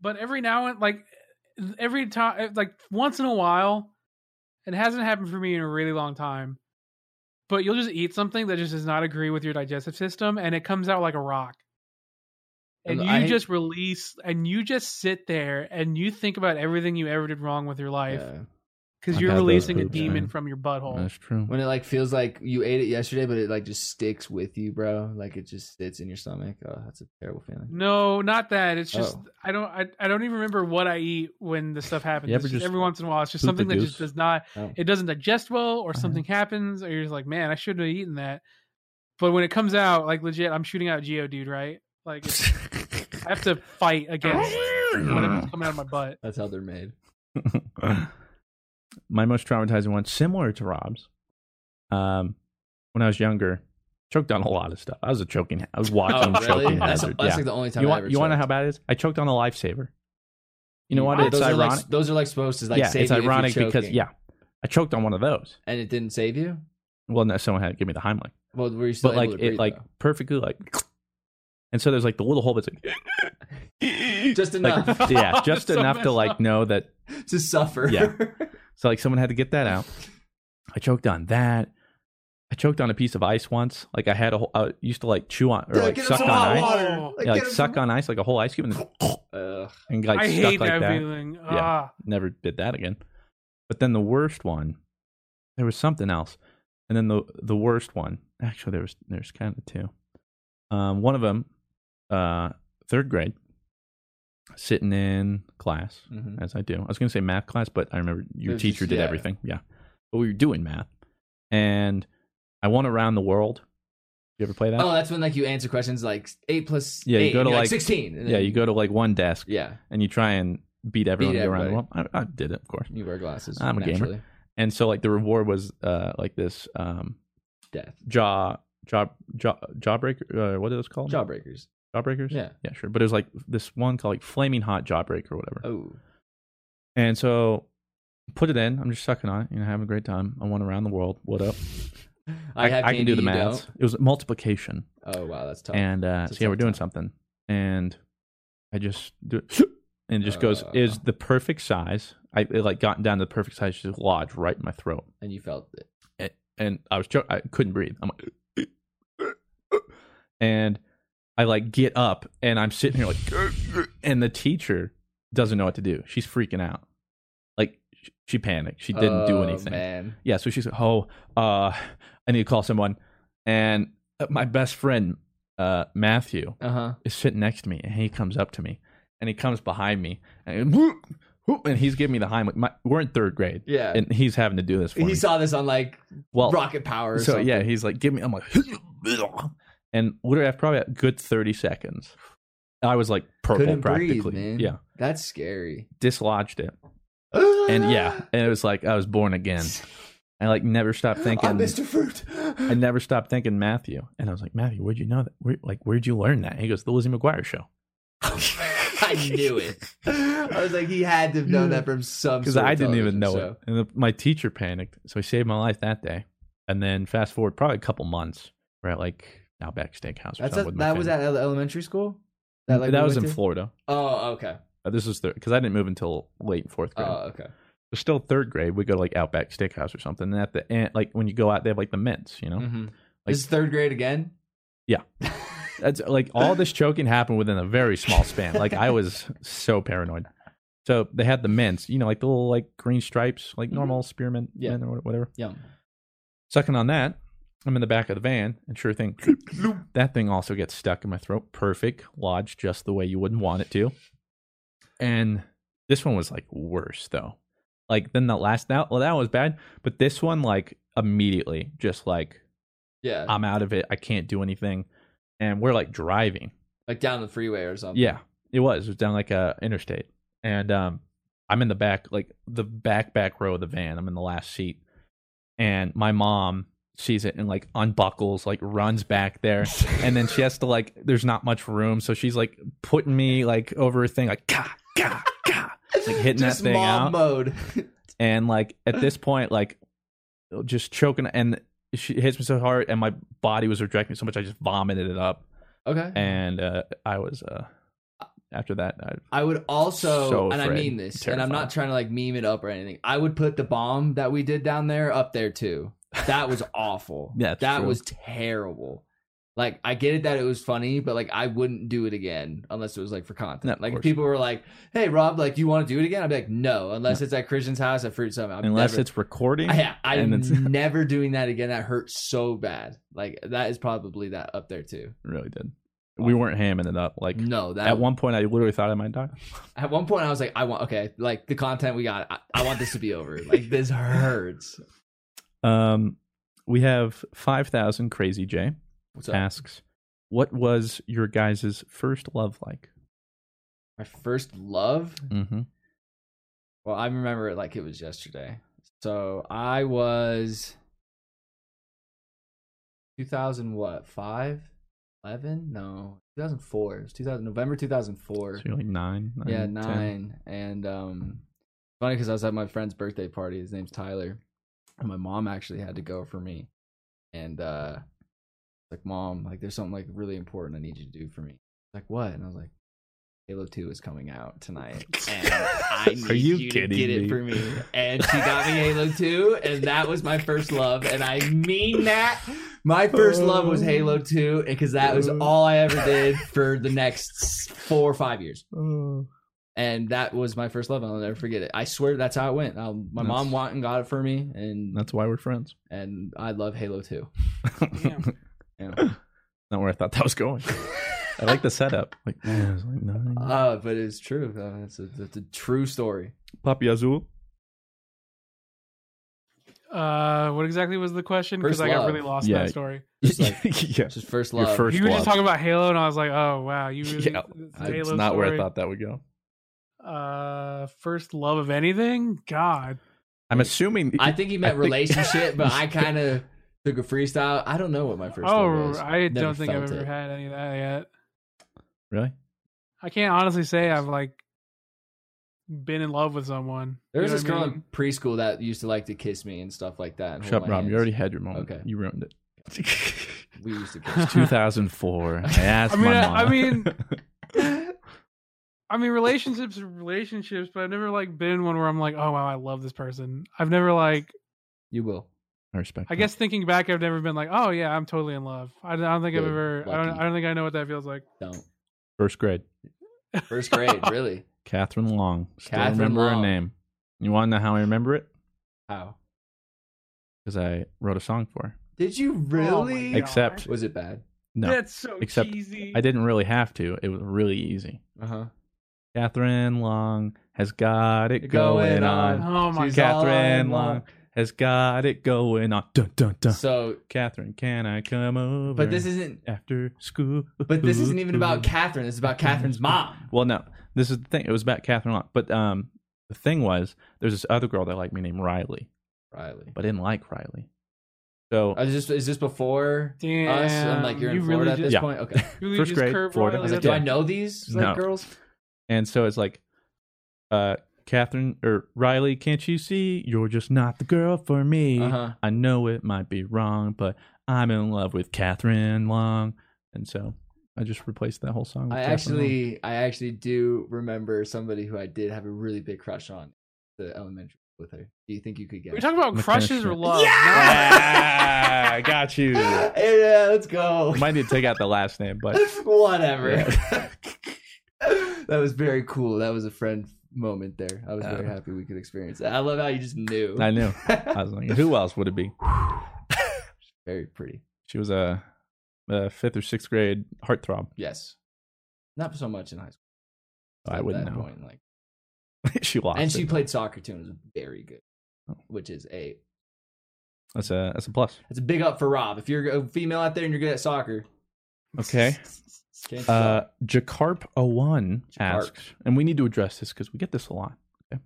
but every now and like every time, like once in a while, it hasn't happened for me in a really long time. But you'll just eat something that just does not agree with your digestive system, and it comes out like a rock. And And you I- just release, and you just sit there, and you think about everything you ever did wrong with your life Yeah. because I've you're had those releasing a poops, demon man. from your butthole. That's true. When it like feels like you ate it yesterday, but it like just sticks with you, bro. Like it just sits in your stomach. Oh, that's a terrible feeling. No, not that. It's just Oh. I don't I, I don't even remember what I eat when this stuff happens. You It's ever just just every once in a while, it's just poop a something that goose? just does not Oh. it doesn't digest well, or Uh-huh. something happens, or you're just like, man, I shouldn't have eaten that. But when it comes out, like legit, I'm shooting out Geo, dude, right? Like it's, I (laughs) have to fight against whatever's coming out of my butt. That's how they're made. (sighs) My most traumatizing one, similar to Rob's, Um, when I was younger, choked on a lot of stuff. I was a choking. I was (laughs) watching choking Oh, That's, hazard. that's yeah. like the only time you I want, ever you want to choked. know how bad it is? I choked on a lifesaver. You know what? What? It's those ironic. Are like, those are like supposed to like yeah, save it's you if you're ironic because choking. yeah, I choked on one of those. and it didn't save you. Well, no, someone had to give me the Heimlich, Well, were you still but able like to it breathe, like perfectly like. (sniffs) And so there's like the little hole that's (laughs) like, though? just like, enough (laughs) yeah, just So enough messed to like up. know that to suffer. (laughs) Yeah. So like someone had to get that out. I choked on that. I choked on a piece of ice once. Like I had a whole. I used to like chew on or Dude, like get him suck some on hot ice. water. Oh. Yeah, like get him suck some- on ice like a whole ice cube and, then, Ugh. and (laughs) like I stuck hate like that, that. feeling. Yeah. Ah, Never did that again. But then the worst one, there was something else, and then the the worst one. Actually, there was there's kind of two. Um, one of them, uh, third grade, sitting in class Mhm. as I do. I was going to say math class, but I remember your It was teacher just- did yeah. everything. Yeah. But we were doing math. And I won around the world. You ever play that? Oh, that's when like you answer questions like eight plus Yeah, you eight, go and to, you're like- sixteen. and yeah, then- you go to like one desk Yeah, and you try and beat everyone to go around the world. everybody. I, I did it, of course. you wear glasses. I'm a gamer. naturally. And so like the reward was uh like this um Death. jaw jaw jaw jawbreaker uh, what are those called? Jawbreakers. Jawbreakers? Yeah. Yeah, sure. But it was like this one called like flaming hot jawbreaker or whatever. Oh, And so put it in. I'm just sucking on it, you know, having a great time. I won around the world. What up? I, have I can do the candy, you maths. It was multiplication, don't. Oh wow, that's tough. and uh, It's a so yeah, we're tough doing time. something, and I just do it, and it just Uh. goes is the perfect size. I it like gotten down to the perfect size, just lodged right in my throat, and you felt it. and, and I was choking. I couldn't breathe. I'm like, (laughs) and I like get up, and I'm sitting here like, (laughs) and the teacher doesn't know what to do. She's freaking out, like sh- she panicked. She didn't do Oh, anything Man. yeah so she's like oh uh i need to call someone and my best friend uh matthew Uh huh. is sitting next to me and he comes up to me and he comes behind me and, whoop, whoop, and he's giving me the Heimlich. My, we're in third grade Yeah. and he's having to do this for he me saw this on like well Rocket Power. Or so something. yeah he's like give me i'm like (laughs) and literally after probably a good 30 seconds i was like purple Couldn't breathe, practically man. yeah that's scary. dislodged it and yeah and it was like i was born (laughs) again i like never stopped thinking I'm Mr. Fruit. I (laughs) never stopped thinking Matthew, and I was like, Matthew, where'd you know that? Where, like, where'd you learn that? And he goes, the Lizzie McGuire show, I knew it. I was like, he had to have known that from (laughs) some. because sort of I didn't even television know show. it. And the, my teacher panicked, so he saved my life that day. And then fast forward probably a couple months, we're at like Outback Steakhouse. Or That's something a, with my that was family. at ele- elementary school. that, like, we was in went to? Florida. Oh, okay. Uh, This was because I didn't move until late fourth grade. Oh, okay. So still third grade, we go to like Outback Steakhouse or something. And at the end, like when you go out, they have like the mints, you know. Mhm. this is third grade again. Yeah. That's like all this choking happened within a very small span. Like I was so paranoid. So they had the mints, you know, like the little like green stripes, like normal spearmint Yeah. mint or whatever. Yum. Sucking on that, I'm in the back of the van, and sure thing, that thing also gets stuck in my throat. Perfect, lodged just the way you wouldn't want it to. And this one was like worse though. Like then the last now, well, that was bad, but this one like immediately just like Yeah. I'm out of it. I can't do anything. And we're like driving. like down the freeway or something. Yeah, it was. It was down like a interstate, and um, I'm in the back, like the back back row of the van. I'm in the last seat, and my mom sees it and like unbuckles, like runs back there, and then she has to like. There's not much room, so she's like putting me like over a thing, like ka ka ka, like hitting Just that thing mom out, mode. (laughs) and like at this point, like just choking, and she hits me so hard, and my body was rejecting so much, I just vomited it up, okay. and uh, I was uh. After that, I I would also, So and I afraid. mean this, and I'm Terrifying. not trying to like meme it up or anything. I would put the bomb that we did down there up there too. (laughs) That was awful. Yeah, it's that true. was terrible. Like I get it that it was funny, but like I wouldn't do it again unless it was like for content. No, of like if course. people were like, "Hey Rob, like you want to do it again?" I'd be like, "No," unless it's at Christian's house at Fruit Summit. I'm unless never- it's recording. yeah, I'm (laughs) and it's never doing that again. That hurts so bad. Like that is probably that up there too. really did. We weren't hamming it up. Like No, that at one point, I literally thought I might die. At one point, I was like, I want okay, like the content we got. I, I want this to (laughs) be over. Like this hurts. Um, we have five thousand crazy J What's up? asks, "What was your guys' first love like?" My first love. Mm-hmm. Well, I remember it like it was yesterday. So I was 2000 what? 5? 11? No. 2004. It was 2000 November 2004. So you're like nine, nine yeah, 10. nine. And um, funny because I was at my friend's birthday party. His name's Tyler, and my mom actually had to go for me. And uh, like, mom, like, there's something like really important I need you to do for me. Like, what? And I was like, Halo Two is coming (laughs) out tonight, and I need Are you you, to kidding get me? it for me. And she got me Halo Two, and that was my first love, and I mean that. My first love was Oh. Halo 2 because that was all I ever did for the next four or five years Oh, and that was my first love. and I'll never forget it. I swear that's how it went. Um, my That's- mom went and got it for me, and That's why we're friends. and I love Halo Two. Yeah. (laughs) Not where I thought that was (laughs) going. I like the setup. Like, man, I was like nine. Uh, but it's true. Uh, it's, a, it's a true story. Papi Azul. Uh, what exactly was the question? First Because I got love. really lost Yeah. in that story. Just (laughs) like (laughs) yeah. just first Your love. first you were love. just talking about Halo, and I was like, "Oh wow, you (laughs) really." Yeah, this It's Halo not where I story. thought that would go. Uh, first love of anything? God, I'm assuming. I think he (laughs) I meant think- relationship, but I kind of took a freestyle. I don't know what my first love oh, was. I Never don't think I've felt ever it. had any of that yet. (laughs) really? I can't honestly say I've like been in love with someone. You There was know this what I girl mean? in preschool that used to like to kiss me and stuff like that. and Shut hold up, my Rob. You hands. already had your moment. Okay. You ruined it. (laughs) We used to (laughs) kiss. (laughs) 2004. I asked I mean, my I- mom. I mean- I mean, relationships are relationships, but I've never like been in one where I'm like, oh wow, I love this person. I've never like, you will. (laughs) I respect. I that. guess thinking back, I've never been like, oh yeah, I'm totally in love. I don't, I don't think I've Good. ever. I don't, Lucky. I don't think I know what that feels like. Don't. first grade. First grade, (laughs) really. Catherine Long. Still Catherine remember Long. her name. You want to know how I remember it? How? Because I wrote a song for her. Did you really? God. Except was it bad? no, That's so Except cheesy. I didn't really have to. It was really easy. Uh Uh-huh. huh. Catherine Long has got it going, Going on. on. Oh my She's all I Catherine want. Long has got it going on. Dun dun dun. So, Catherine, can I come over? but this isn't. after school. But this isn't even Mm-hmm. about Catherine. It's about Catherine's mom. Well, no, this is the thing. It was about Catherine Long. But um, the thing was, there's this other girl that liked me named Riley, Riley. but I didn't like Riley. So I was just, is this before Damn, us? I'm like, you're in you really Florida at this just- point? (laughs) Okay. Really First just grade, curved Florida. I was Riley like, up. do I know these like, No. girls? and so it's like, uh, Catherine or Riley, can't you see you're just not the girl for me? Uh-huh. I know it might be wrong, but I'm in love with Catherine Long, and so I just replaced that whole song. With I Catherine Long. (laughs) actually, I actually do remember somebody who I did have a really big crush on, the elementary with her. Do you think you could get? We're talking about McKenna crushes or Schmidt. love. Ah, I got (laughs) you. yeah, (laughs) yeah, let's go. (laughs) Might need to take out the last name, but Whatever. (laughs) (laughs) that was very cool. That was a friend moment there. I was very Um, happy we could experience that. I love how you just knew. (laughs) I knew. I was like, who else would it be? very pretty. She was a, a fifth or sixth grade heartthrob. (laughs) Yes. Not so much in high school. I At wouldn't that know. Point, like, she lost. and she it. played soccer too and was very good, Oh. which is a That's a that's a plus. that's a big up for Rob. If you're a female out there and you're good at soccer, (laughs) Okay. chances Uh, are- Jacarp one Jakarp. asks, and we need to address this because we get this a lot. Okay.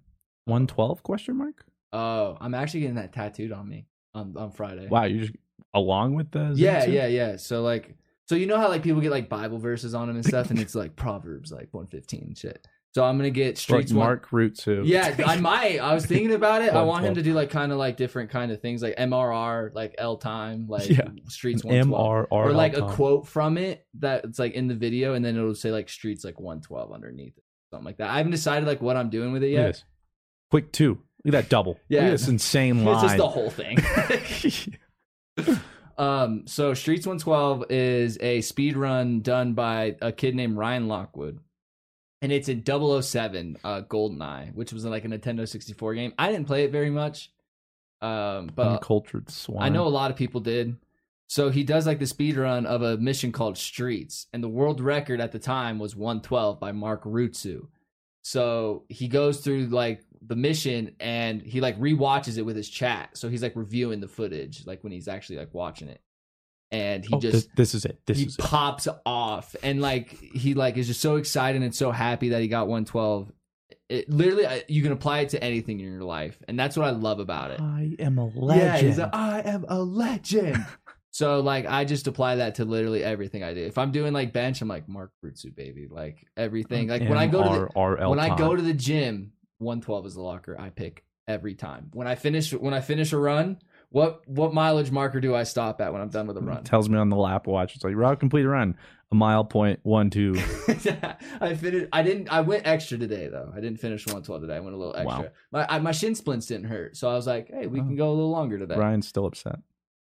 One twelve question mark? oh, I'm actually getting that tattooed on me on on Friday. Wow, you just along with the Zen Yeah, two? yeah, yeah. So like, so you know how like people get like Bible verses on them and stuff, and it's like Proverbs like 115 and shit. So I'm gonna get Or Like Streets one- Mark Root two. Yeah, (laughs) I might. I was thinking about it. I One want him twelve. to do like kind of like different kind of things, like MRR, like L time, like Yeah. streets one M twelve, R R or like L a time. quote from it that it's like in the video, and then it'll say like streets like one twelve underneath it, something like that. I haven't decided like what I'm doing with it Look at yet. this. Quick two. Look at that double. Yeah. Look Yeah. at this insane (laughs) It's just line. the (laughs) whole thing. um, so streets one twelve is a speed run done by a kid named Ryan Lockwood. And it's in 007 uh, GoldenEye, which was like a Nintendo 64 game. I didn't play it very much, um, but Uncultured swine. I know a lot of people did. So he does like the speed run of a mission called Streets, and the world record at the time was 112 by Mark Rutsu. So he goes through like the mission and he like rewatches it with his chat. So he's like reviewing the footage, like when he's actually like watching it, and he Oh, just this, this is it. This he is it. pops off and like he like is just so excited and so happy that he got 112. It literally I- you can apply it to anything in your life, and that's what I love about it. I am a Yeah, he's like, I am a legend. So like I just apply that to literally everything I do. If I'm doing like bench, I'm like Mark Brutsu, baby. Like Mm, everything. Like when I go to the, MRRL when I go time. to the gym, 112 is the locker I pick every time. When I finish when I finish a run, what what mileage marker do I stop at when I'm done with a run? tells me on the lap watch, it's like route complete run, a mile point one (laughs) two. (laughs) I finished. I didn't. I went extra today though. I didn't finish 112 today. I went a little extra. Wow. My I, my shin splints didn't hurt, so I was like, hey, we can go a little longer today. Ryan's still upset.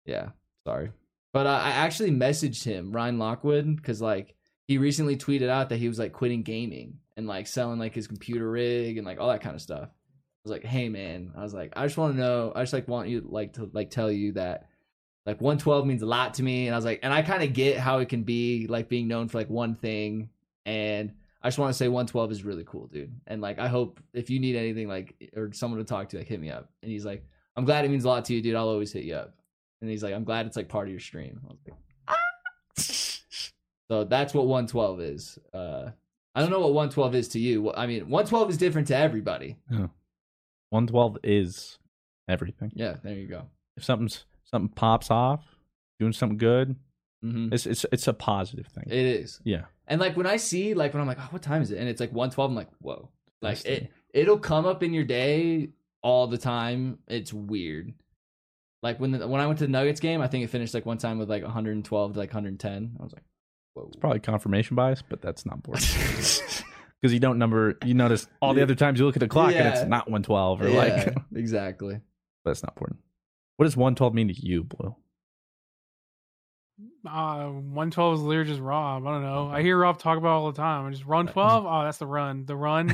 Yeah, sorry. But uh, I actually messaged him, Ryan Lockwood, because like he recently tweeted out that he was like quitting gaming and like selling like his computer rig and like all that kind of stuff. I was like, hey man, I was like, I just want to know, I just like want you like to like tell you that like 112 means a lot to me, and I was like, and I kind of get how it can be like being known for like one thing, and I just want to say 112 is really cool, dude, and like I hope if you need anything like or someone to talk to, like hit me up. And he's like, I'm glad it means a lot to you, dude. I'll always hit you up. And he's like, I'm glad it's like part of your stream. I was like, (laughs) so that's what 112 is. Uh, I don't know what 112 is to you. Well, I mean, 112 is different to everybody. One twelve is everything. Yeah, there you go. If something's something pops off, doing something good, Mhm. it's it's it's a positive thing. It is. yeah. And like when I see, like when I'm like, oh, what time is it? And it's like 112, I'm like, whoa. Like Interesting. it, it'll come up in your day all the time. It's weird. Like when the, when I went to the Nuggets game, I think it finished like one time with like 112 to like 110. I was like, whoa. It's probably confirmation bias, but that's not (laughs) boring. Because you don't number, you notice all the other times you look at the clock and Yeah. it's not 112 or Yeah, like, exactly. (laughs) that's not important. What does 112 mean to you, Boyle? Uh, 112 is literally just Rob. I don't know. I hear Rob talk about it all the time. I just run 12. Oh, that's the run. (laughs) The run.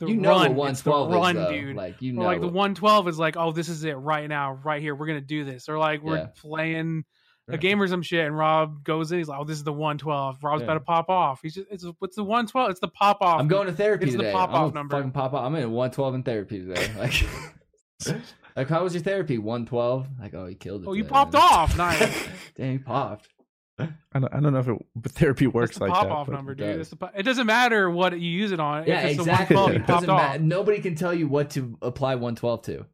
The you know run. what It's the 112 is, run, though. dude. Like you know, Or like the what- 112 is like, oh, this is it right now, right here. We're gonna do this. Or like we're Yeah. playing a Right. game or some shit, and Rob goes in. He's like, oh, this is the 112. Rob's Yeah. about to pop off. He's just, it's what's the 112? It's the pop off. I'm going to therapy It's the today. I'm pop-off gonna number. Fucking pop off. I'm in 112 in therapy today. (laughs) Like, (laughs) like how was your therapy? 112. Like, oh, you killed it. Oh, you today, popped man. (laughs) off. Nice. Damn, you popped. I don't, I don't know if it, but therapy works That's the like pop that. off but- number, dude. does. That's the po- it doesn't matter what you use it on. Yeah, if it's exactly. The (laughs) 112, It you popped doesn't off. matter. Nobody can tell you what to apply 112 to.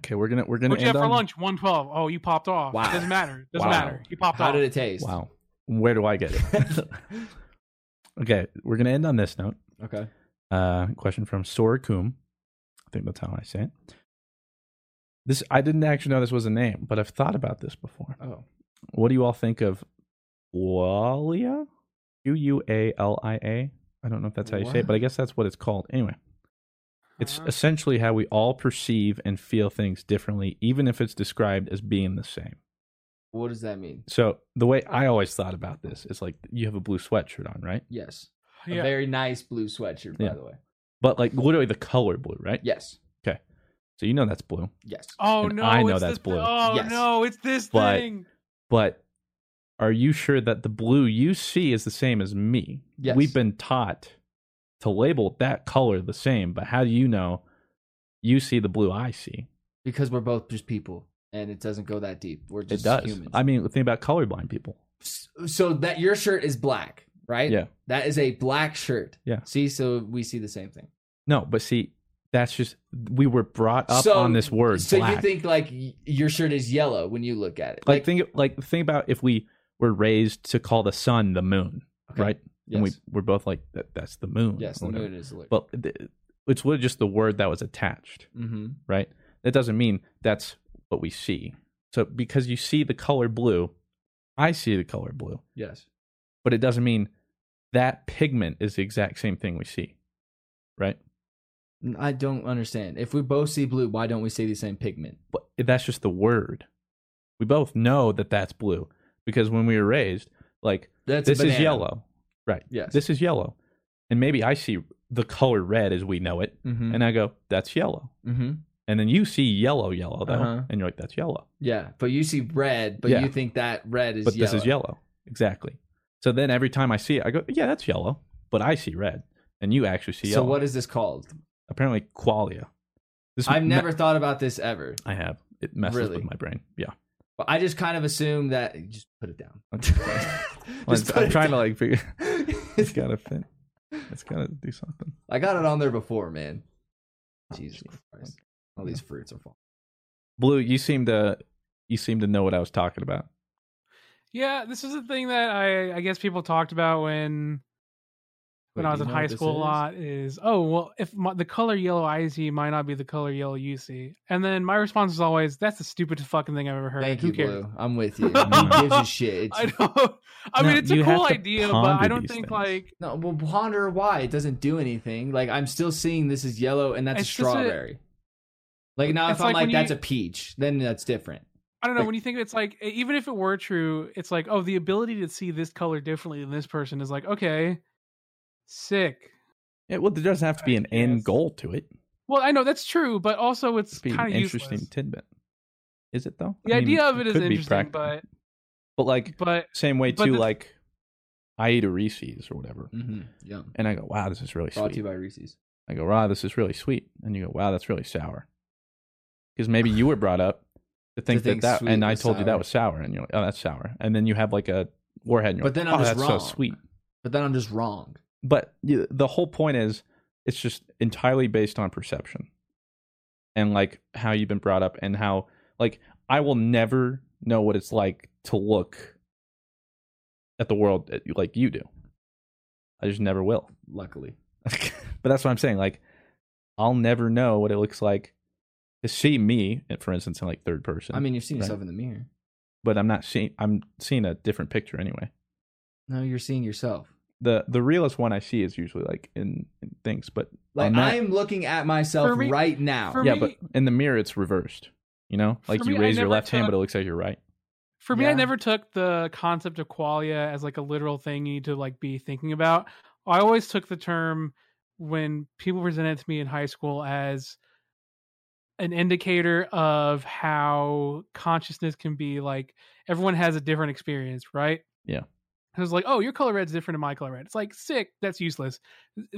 Okay, we're gonna we're gonna What'd you end have for on- lunch? 112. Oh, you popped off. Wow. Doesn't matter. Doesn't Wow. matter. You popped How off. did it taste? Wow, where do I get it? okay, we're gonna end on this note. (laughs) Okay. Uh, question from Sora Coombe. I think that's how I say it. This I didn't actually know this was a name, but I've thought about this before. Oh, What do you all think of Qualia? Q U A L I A. I don't know if that's how you say it, but I guess that's what it's called. Anyway, it's Uh-huh. essentially how we all perceive and feel things differently, even if it's described as being the same. what does that mean? So the way I always thought about this is like you have a blue sweatshirt on, right? Yes. A Yeah. very nice blue sweatshirt, by Yeah. the way. But like literally the color blue, right? Yes. So you know that's blue. Yes. Oh And no! I know it's that's this blue. Th- oh Yes. no! It's this But- thing. But are you sure that the blue you see is the same as me? Yes. We've been taught to label that color the same, but how do you know you see the blue I see? Because we're both just people and it doesn't go that deep. We're It just does. humans. I mean, think about colorblind people. so that your shirt is black, right? Yeah. That is a black shirt. Yeah. See, so we see the same thing. No, but see, that's just we were brought up so, on this word. So black. you think like y- your shirt is yellow when you look at it? like, think like think about if we were raised to call the sun the moon, Okay. right? yes, And we we're both like that, that's the moon. yes, or the whatever. moon is alert. But th- it's literally just the word that was attached, mm-hmm. right? That doesn't mean that's what we see. So because you see the color blue, I see the color blue, yes, but it doesn't mean that pigment is the exact same thing we see, right? N- I don't understand. If we both see blue, why don't we see the same pigment? But that's just the word. We both know that that's blue because when we were raised, like That's a this is banana. yellow, right? Yes. this is yellow, and maybe I see the color red as we know it, Mm-hmm. and I go, that's yellow. mm-hmm. And then you see yellow, yellow though, Uh-huh. and you're like, that's yellow. Yeah, but you see red, but Yeah. you think that red is. but yellow. this is yellow, exactly. So then every time I see it, I go, yeah, that's yellow, but I see red, and you actually see So yellow. what is this called? Apparently, qualia. This I've me- never thought about this ever. I have. It messes Really? with my brain. Yeah. But I just kind of assume that. Just put it down. (laughs) (laughs) Well, Just put I'm it trying to like figure. (laughs) (laughs) down. It's gotta fit. It's gotta do something. I got it on there before, man. Jesus Christ. All these fruits are falling. Blue, you seem to you seem to know what I was talking about. Yeah, this is a thing that I I guess people talked about when when Wait, I was do in you know high what this school a is? lot is oh well if my, the color yellow I see might not be the color yellow you see, and then my response is always that's the stupidest fucking thing I've ever heard. Thank Who you, cares? Blue. I'm with you. He gives a shit. It's- (laughs) I don't. I No, mean, it's a you have cool to idea, but ponder I don't these think things. like No, well, ponder why it doesn't do anything. Like I'm still seeing this is yellow and that's It's a just a- strawberry. Like now, It's if I'm like like when that's you- a peach, then that's different. I don't know. When you think of it, it's like, e, even if it were true, it's like, oh, the ability to see this color differently than this person is like, okay, sick. Yeah, well, there doesn't have to be an end goal to it. Well, I know that's true, but also it's It'd be an kind of interesting useless. tidbit. Is it though? The I mean, idea of it is could be interesting, practical. but but like but same way but too. the- like I ate a Reese's or whatever, Mm-hmm. Yum. and I go, "Wow, this is really Brought to you sweet." by Reese's. I go, "Wow, this is really sweet," and you go, "Wow, that's really sour," because maybe you were brought up to think think that that, sweet and I was told you sour. that was sour, and you're like, "Oh, that's sour," and then you have like a warhead, and you're But like, then I "Oh, was that's wrong." so sweet." But then I'm just wrong. but y- the whole point is it's just entirely based on perception and like how you've been brought up and how like i will never know what it's like to look at the world at- like you do i just never will (laughs) Luckily, but that's what i'm saying like i'll never know what it looks like to see me eh, for instance in like third person I mean, you're seeing Right. yourself in the mirror. but i'm not seeing i'm seeing a different picture anyway No, you're seeing yourself. the the realest one i see is usually like in, in things but Like on that- I'm looking at myself For me- right now. for yeah, me- but in the mirror it's reversed. You know, For like me, you I raise your never left hand, took- but it looks like your right. for me, Yeah. I never took the concept of qualia as like a literal thing you need to like be thinking about. I always took the term when people presented it to me in high school as an indicator of how consciousness can be like everyone has a different experience, right? Yeah. It was like, oh, your color red's different than my color red. It's like sick. That's useless.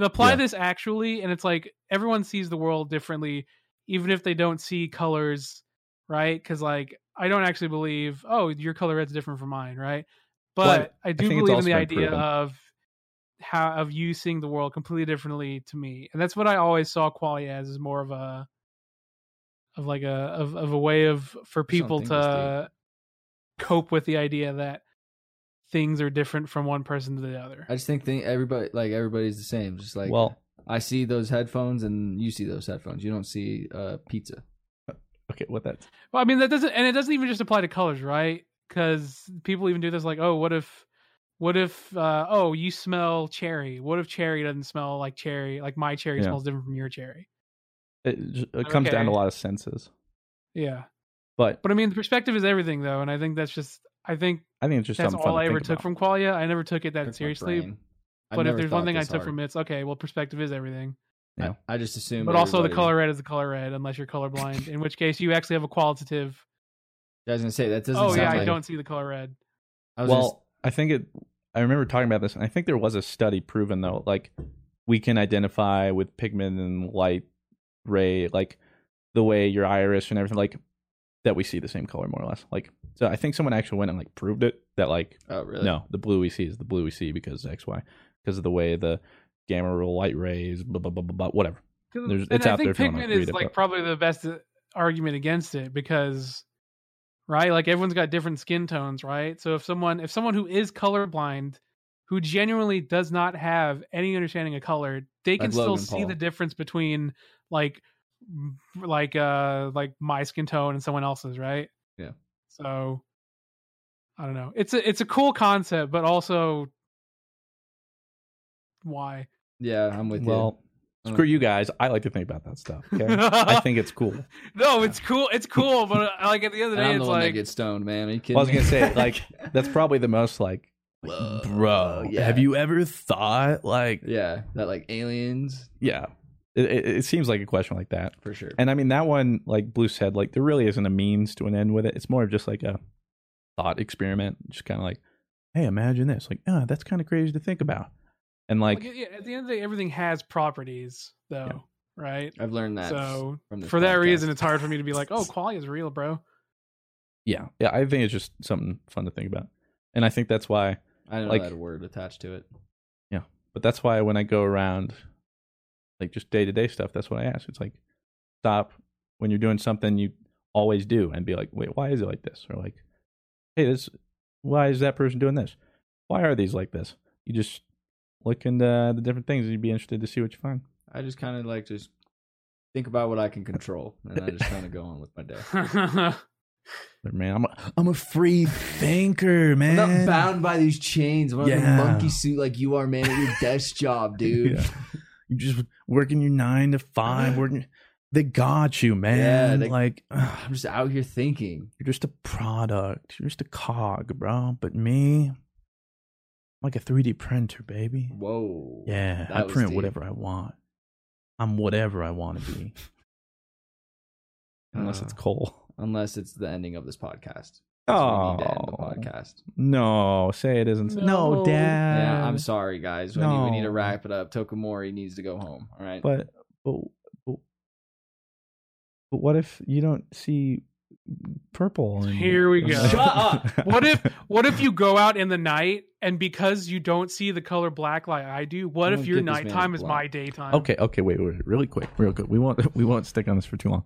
Apply Yeah. this actually, and it's like everyone sees the world differently, even if they don't see colors right? Because like I don't actually believe, oh, your color red's different from mine, right? But I do think it's believe in also the been idea proven. of how of you seeing the world completely differently to me, and that's what I always saw qualia as is more of a of like a of, of a way of for people think it's to cope with the idea that things are different from one person to the other. I just think thing, everybody like everybody's the same. Just like well, I see those headphones and you see those headphones. You don't see uh, pizza. okay, what that's Well, I mean that doesn't, and it doesn't even just apply to colors, right? Because people even do this, like, oh, what if, what if, uh, oh, you smell cherry. What if cherry doesn't smell like cherry? Like my cherry Yeah. smells different from your cherry. it, j- it comes down to a Okay. lot of senses. Yeah, But but I mean, the perspective is everything, though, and I think that's just, I think I think it's just that's something fun all to I ever think took about. from Qualia. I never took it that Hurts my seriously. brain. I've But if never there's one thought thing I this took hard. from it, it's okay. Well, perspective is everything. I- I, just assume. But also, the everybody- color red is the color red, unless you're colorblind, in which case you actually have a qualitative. I was gonna say that doesn't. Oh sound yeah, like, I don't see the color red. I was well, just- I think it. I remember talking about this, and I think there was a study proven though, like we can identify with pigment and light ray, like the way your iris and everything, like that we see the same color more or less. Like, so I think someone actually went and like proved it that like oh really? No, the blue we see is the blue we see because X Y, because of the way the gamma light rays, blah blah blah blah, blah whatever. 'Cause- There's- and it's I out there think if you wanna Pikmin read is it, like but- probably the best uh, argument against it because, right? Like everyone's got different skin tones, right? So if someone if someone who is colorblind, who genuinely does not have any understanding of color, they can Like still Logan see Paul. the difference between like m- like uh like my skin tone and someone else's, right? Yeah. So I don't know. It's a it's a cool concept, but also why? Yeah, I'm with well, you. screw you guys. I like to think about that stuff. Okay, (laughs) I I think it's cool. No, it's cool. It's cool, but uh, like at the end of And the day, I'm the it's one that like gets stoned, man. Are you kidding? Well, I was me? gonna say like (laughs) that's probably the most like, like, Whoa, bro. yeah. Have you ever thought like yeah, that like aliens yeah? It, it, it seems like a question like that. for sure. And I mean that one, like Blue said, like there really isn't a means to an end with it. It's more of just like a thought experiment, just kind of like, hey, imagine this. Like, oh, that's kind of crazy to think about. And like, like, yeah, at the end of the day, everything has properties, though, right? I've learned that. so from this for that podcast. reason, it's hard for me to be like, "Oh, qualia is real, (laughs) bro." yeah, yeah, I think it's just something fun to think about. And I think that's why, I don't like- know that word attached to it. but that's why when I go around, like just day to day stuff, that's what I ask. It's like, stop when you're doing something you always do and be like, wait, why is it like this? Or like, hey, this, Why is that person doing this? Why are these like this? You just look into the different things. You'd be interested to see what you find. I just kind of like just think about what I can control, and I just kind of go on with my day. But man, I'm a, I'm a free thinker, man. I'm not bound by these chains. I'm not in Yeah. a monkey suit like you are, man, at your (laughs) desk job, dude. Yeah. You just working your nine to five. Working, they got you, man. they- like ugh, I'm just out here thinking. you're just a product. You're just a cog, bro. But me, I'm like a 3D printer, baby. Whoa. Yeah, that I was print deep. whatever I want. I'm whatever I want to (laughs) be, unless it's Uh, coal. Unless it's the ending of this podcast. Oh, Oh we need to end the podcast. no! Say it isn't. No, No. Dad. yeah, I'm sorry, guys. I need- we need to Uh, no. wrap it up. Tokomori needs to go home. All right. But but but, but what if you don't see purple? and- Here we go. (laughs) Shut up. what if what if you go out in the night and because you don't see the color black like I do, what I'm if gonna your get this man nighttime is blood. my daytime? Okay, okay, wait, wait, really quick, real quick. We won't (laughs) we won't stick on this for too long.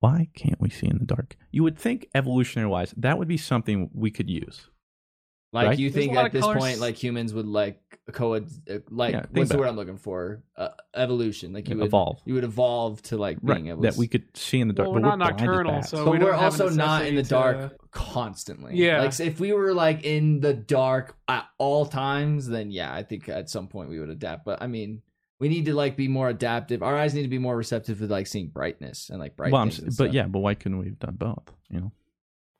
Why can't we see in the dark? You would think evolutionary wise that would be something we could use. Like Right? you There's think a lot at of this colors- point, like humans would like coed, uh, like Yeah, think what's the about word it. I'm looking for? Uh, evolution. Like you Yeah, would, evolve. You would evolve to like being able that to we could see in the dark. Well, we're but not blinded by nocturnal, that. so- but we we're don't have a also not in the necessity dark constantly. Yeah. Like if we were like in the dark at all times, then yeah, I think at some point we would adapt. But I mean, we need to like be more adaptive. Our eyes need to be more receptive to like seeing brightness and like bright well, I'm s- things and but stuff. yeah, but why couldn't we have done both? You know,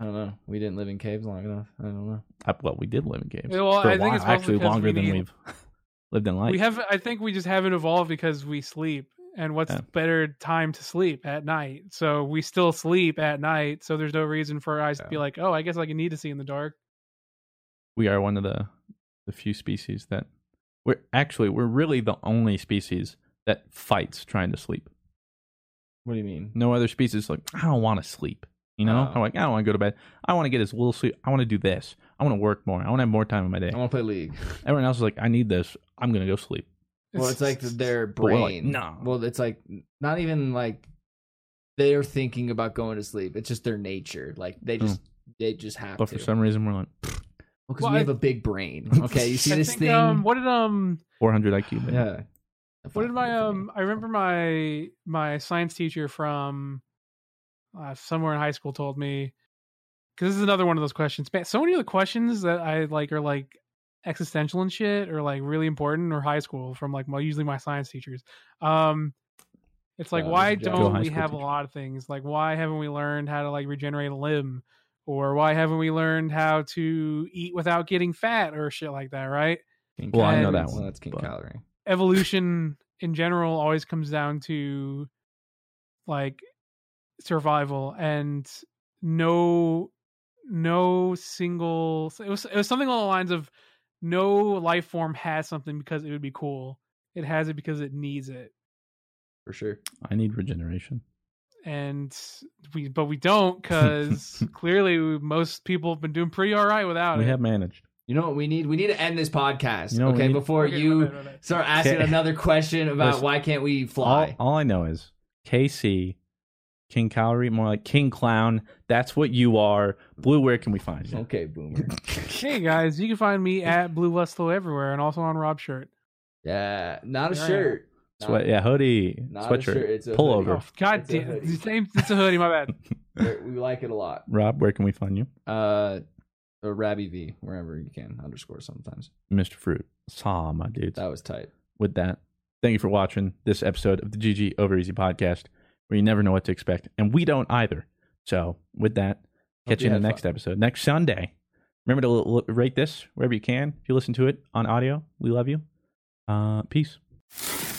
I don't know. We didn't live in caves long enough. I don't know. I, Uh, well, we did live in caves Yeah, well, for a I think while, it's mostly actually because longer we than need- we've (laughs) lived in light. we have I think we just haven't evolved because we sleep. And what's Yeah. better time to sleep at night? So we still sleep at night, so there's no reason for our eyes to be like, Oh, I guess I can need to see in the dark. we are one of the the few species that we're actually we're really the only species that fights trying to sleep. What do you mean? No other species is like, I don't want to sleep. You know? Oh. I'm like, I don't want to go to bed. I want to get as little sleep. I want to do this. I want to work more. I want to have more time in my day. I want to play league. Everyone else is like, I need this. I'm going to go sleep. Well, it's (laughs) like their we're like, brain. "Nah." Well, it's like not even like they're thinking about going to sleep. It's just their nature. Like they just they just have Hmm. But to. for some reason, we're like, "Pfft, because Well, we I- have a big brain. (laughs) Okay, you see I this think, thing? um what did um 400 IQ. baby." yeah. What did my um? I remember my my science teacher from uh, somewhere in high school told me because this is another one of those questions. Man, so many of the questions that I like are like existential and shit, or like really important, or high school from like my usually my science teachers. Um, it's like Yeah, those why are jobs. Go don't high we school have a teacher. lot of things? Like why haven't we learned how to like regenerate a limb, or why haven't we learned how to eat without getting fat, or shit like that, right? Well, I know that Well, one, that's King but- Calorie. evolution in general always comes down to like survival and no no single it was it was something along the lines of no life form has something because it would be cool it has it because it needs it For sure. I need regeneration. and we but we (laughs) don't because clearly we- most people have been doing pretty all right without We it have managed. You know what we need? We need to end this podcast. You know what we okay, need- before Okay, you my bad, my bad. start asking Okay. another question about Listen. why can't we All, fly? all I know is KC, King Calorie, more like King Clown. That's what you are. Blue, where can we find you? Okay, boomer. (laughs) hey guys you can find me at blue westlow everywhere and also on rob shirt yeah, not a Yeah. shirt. Not- Sweat, yeah, hoodie, Not a sweatshirt, shirt, it's a pullover. oh, god It's a damn hoodie. the same it's a hoodie my bad We like it a lot. Rob, where can we find you? uh or Rabby V, wherever you can underscore sometimes. Mr. Fruit. Saw my dudes. That was tight. with that, thank you for watching this episode of the GG Over Easy podcast, where you never know what to expect, and we don't either. So, with that, Hope catch you you in the had next fun. episode next Sunday. Remember to l- l- rate this wherever you can. If you listen to it on audio, we love you. Uh, peace.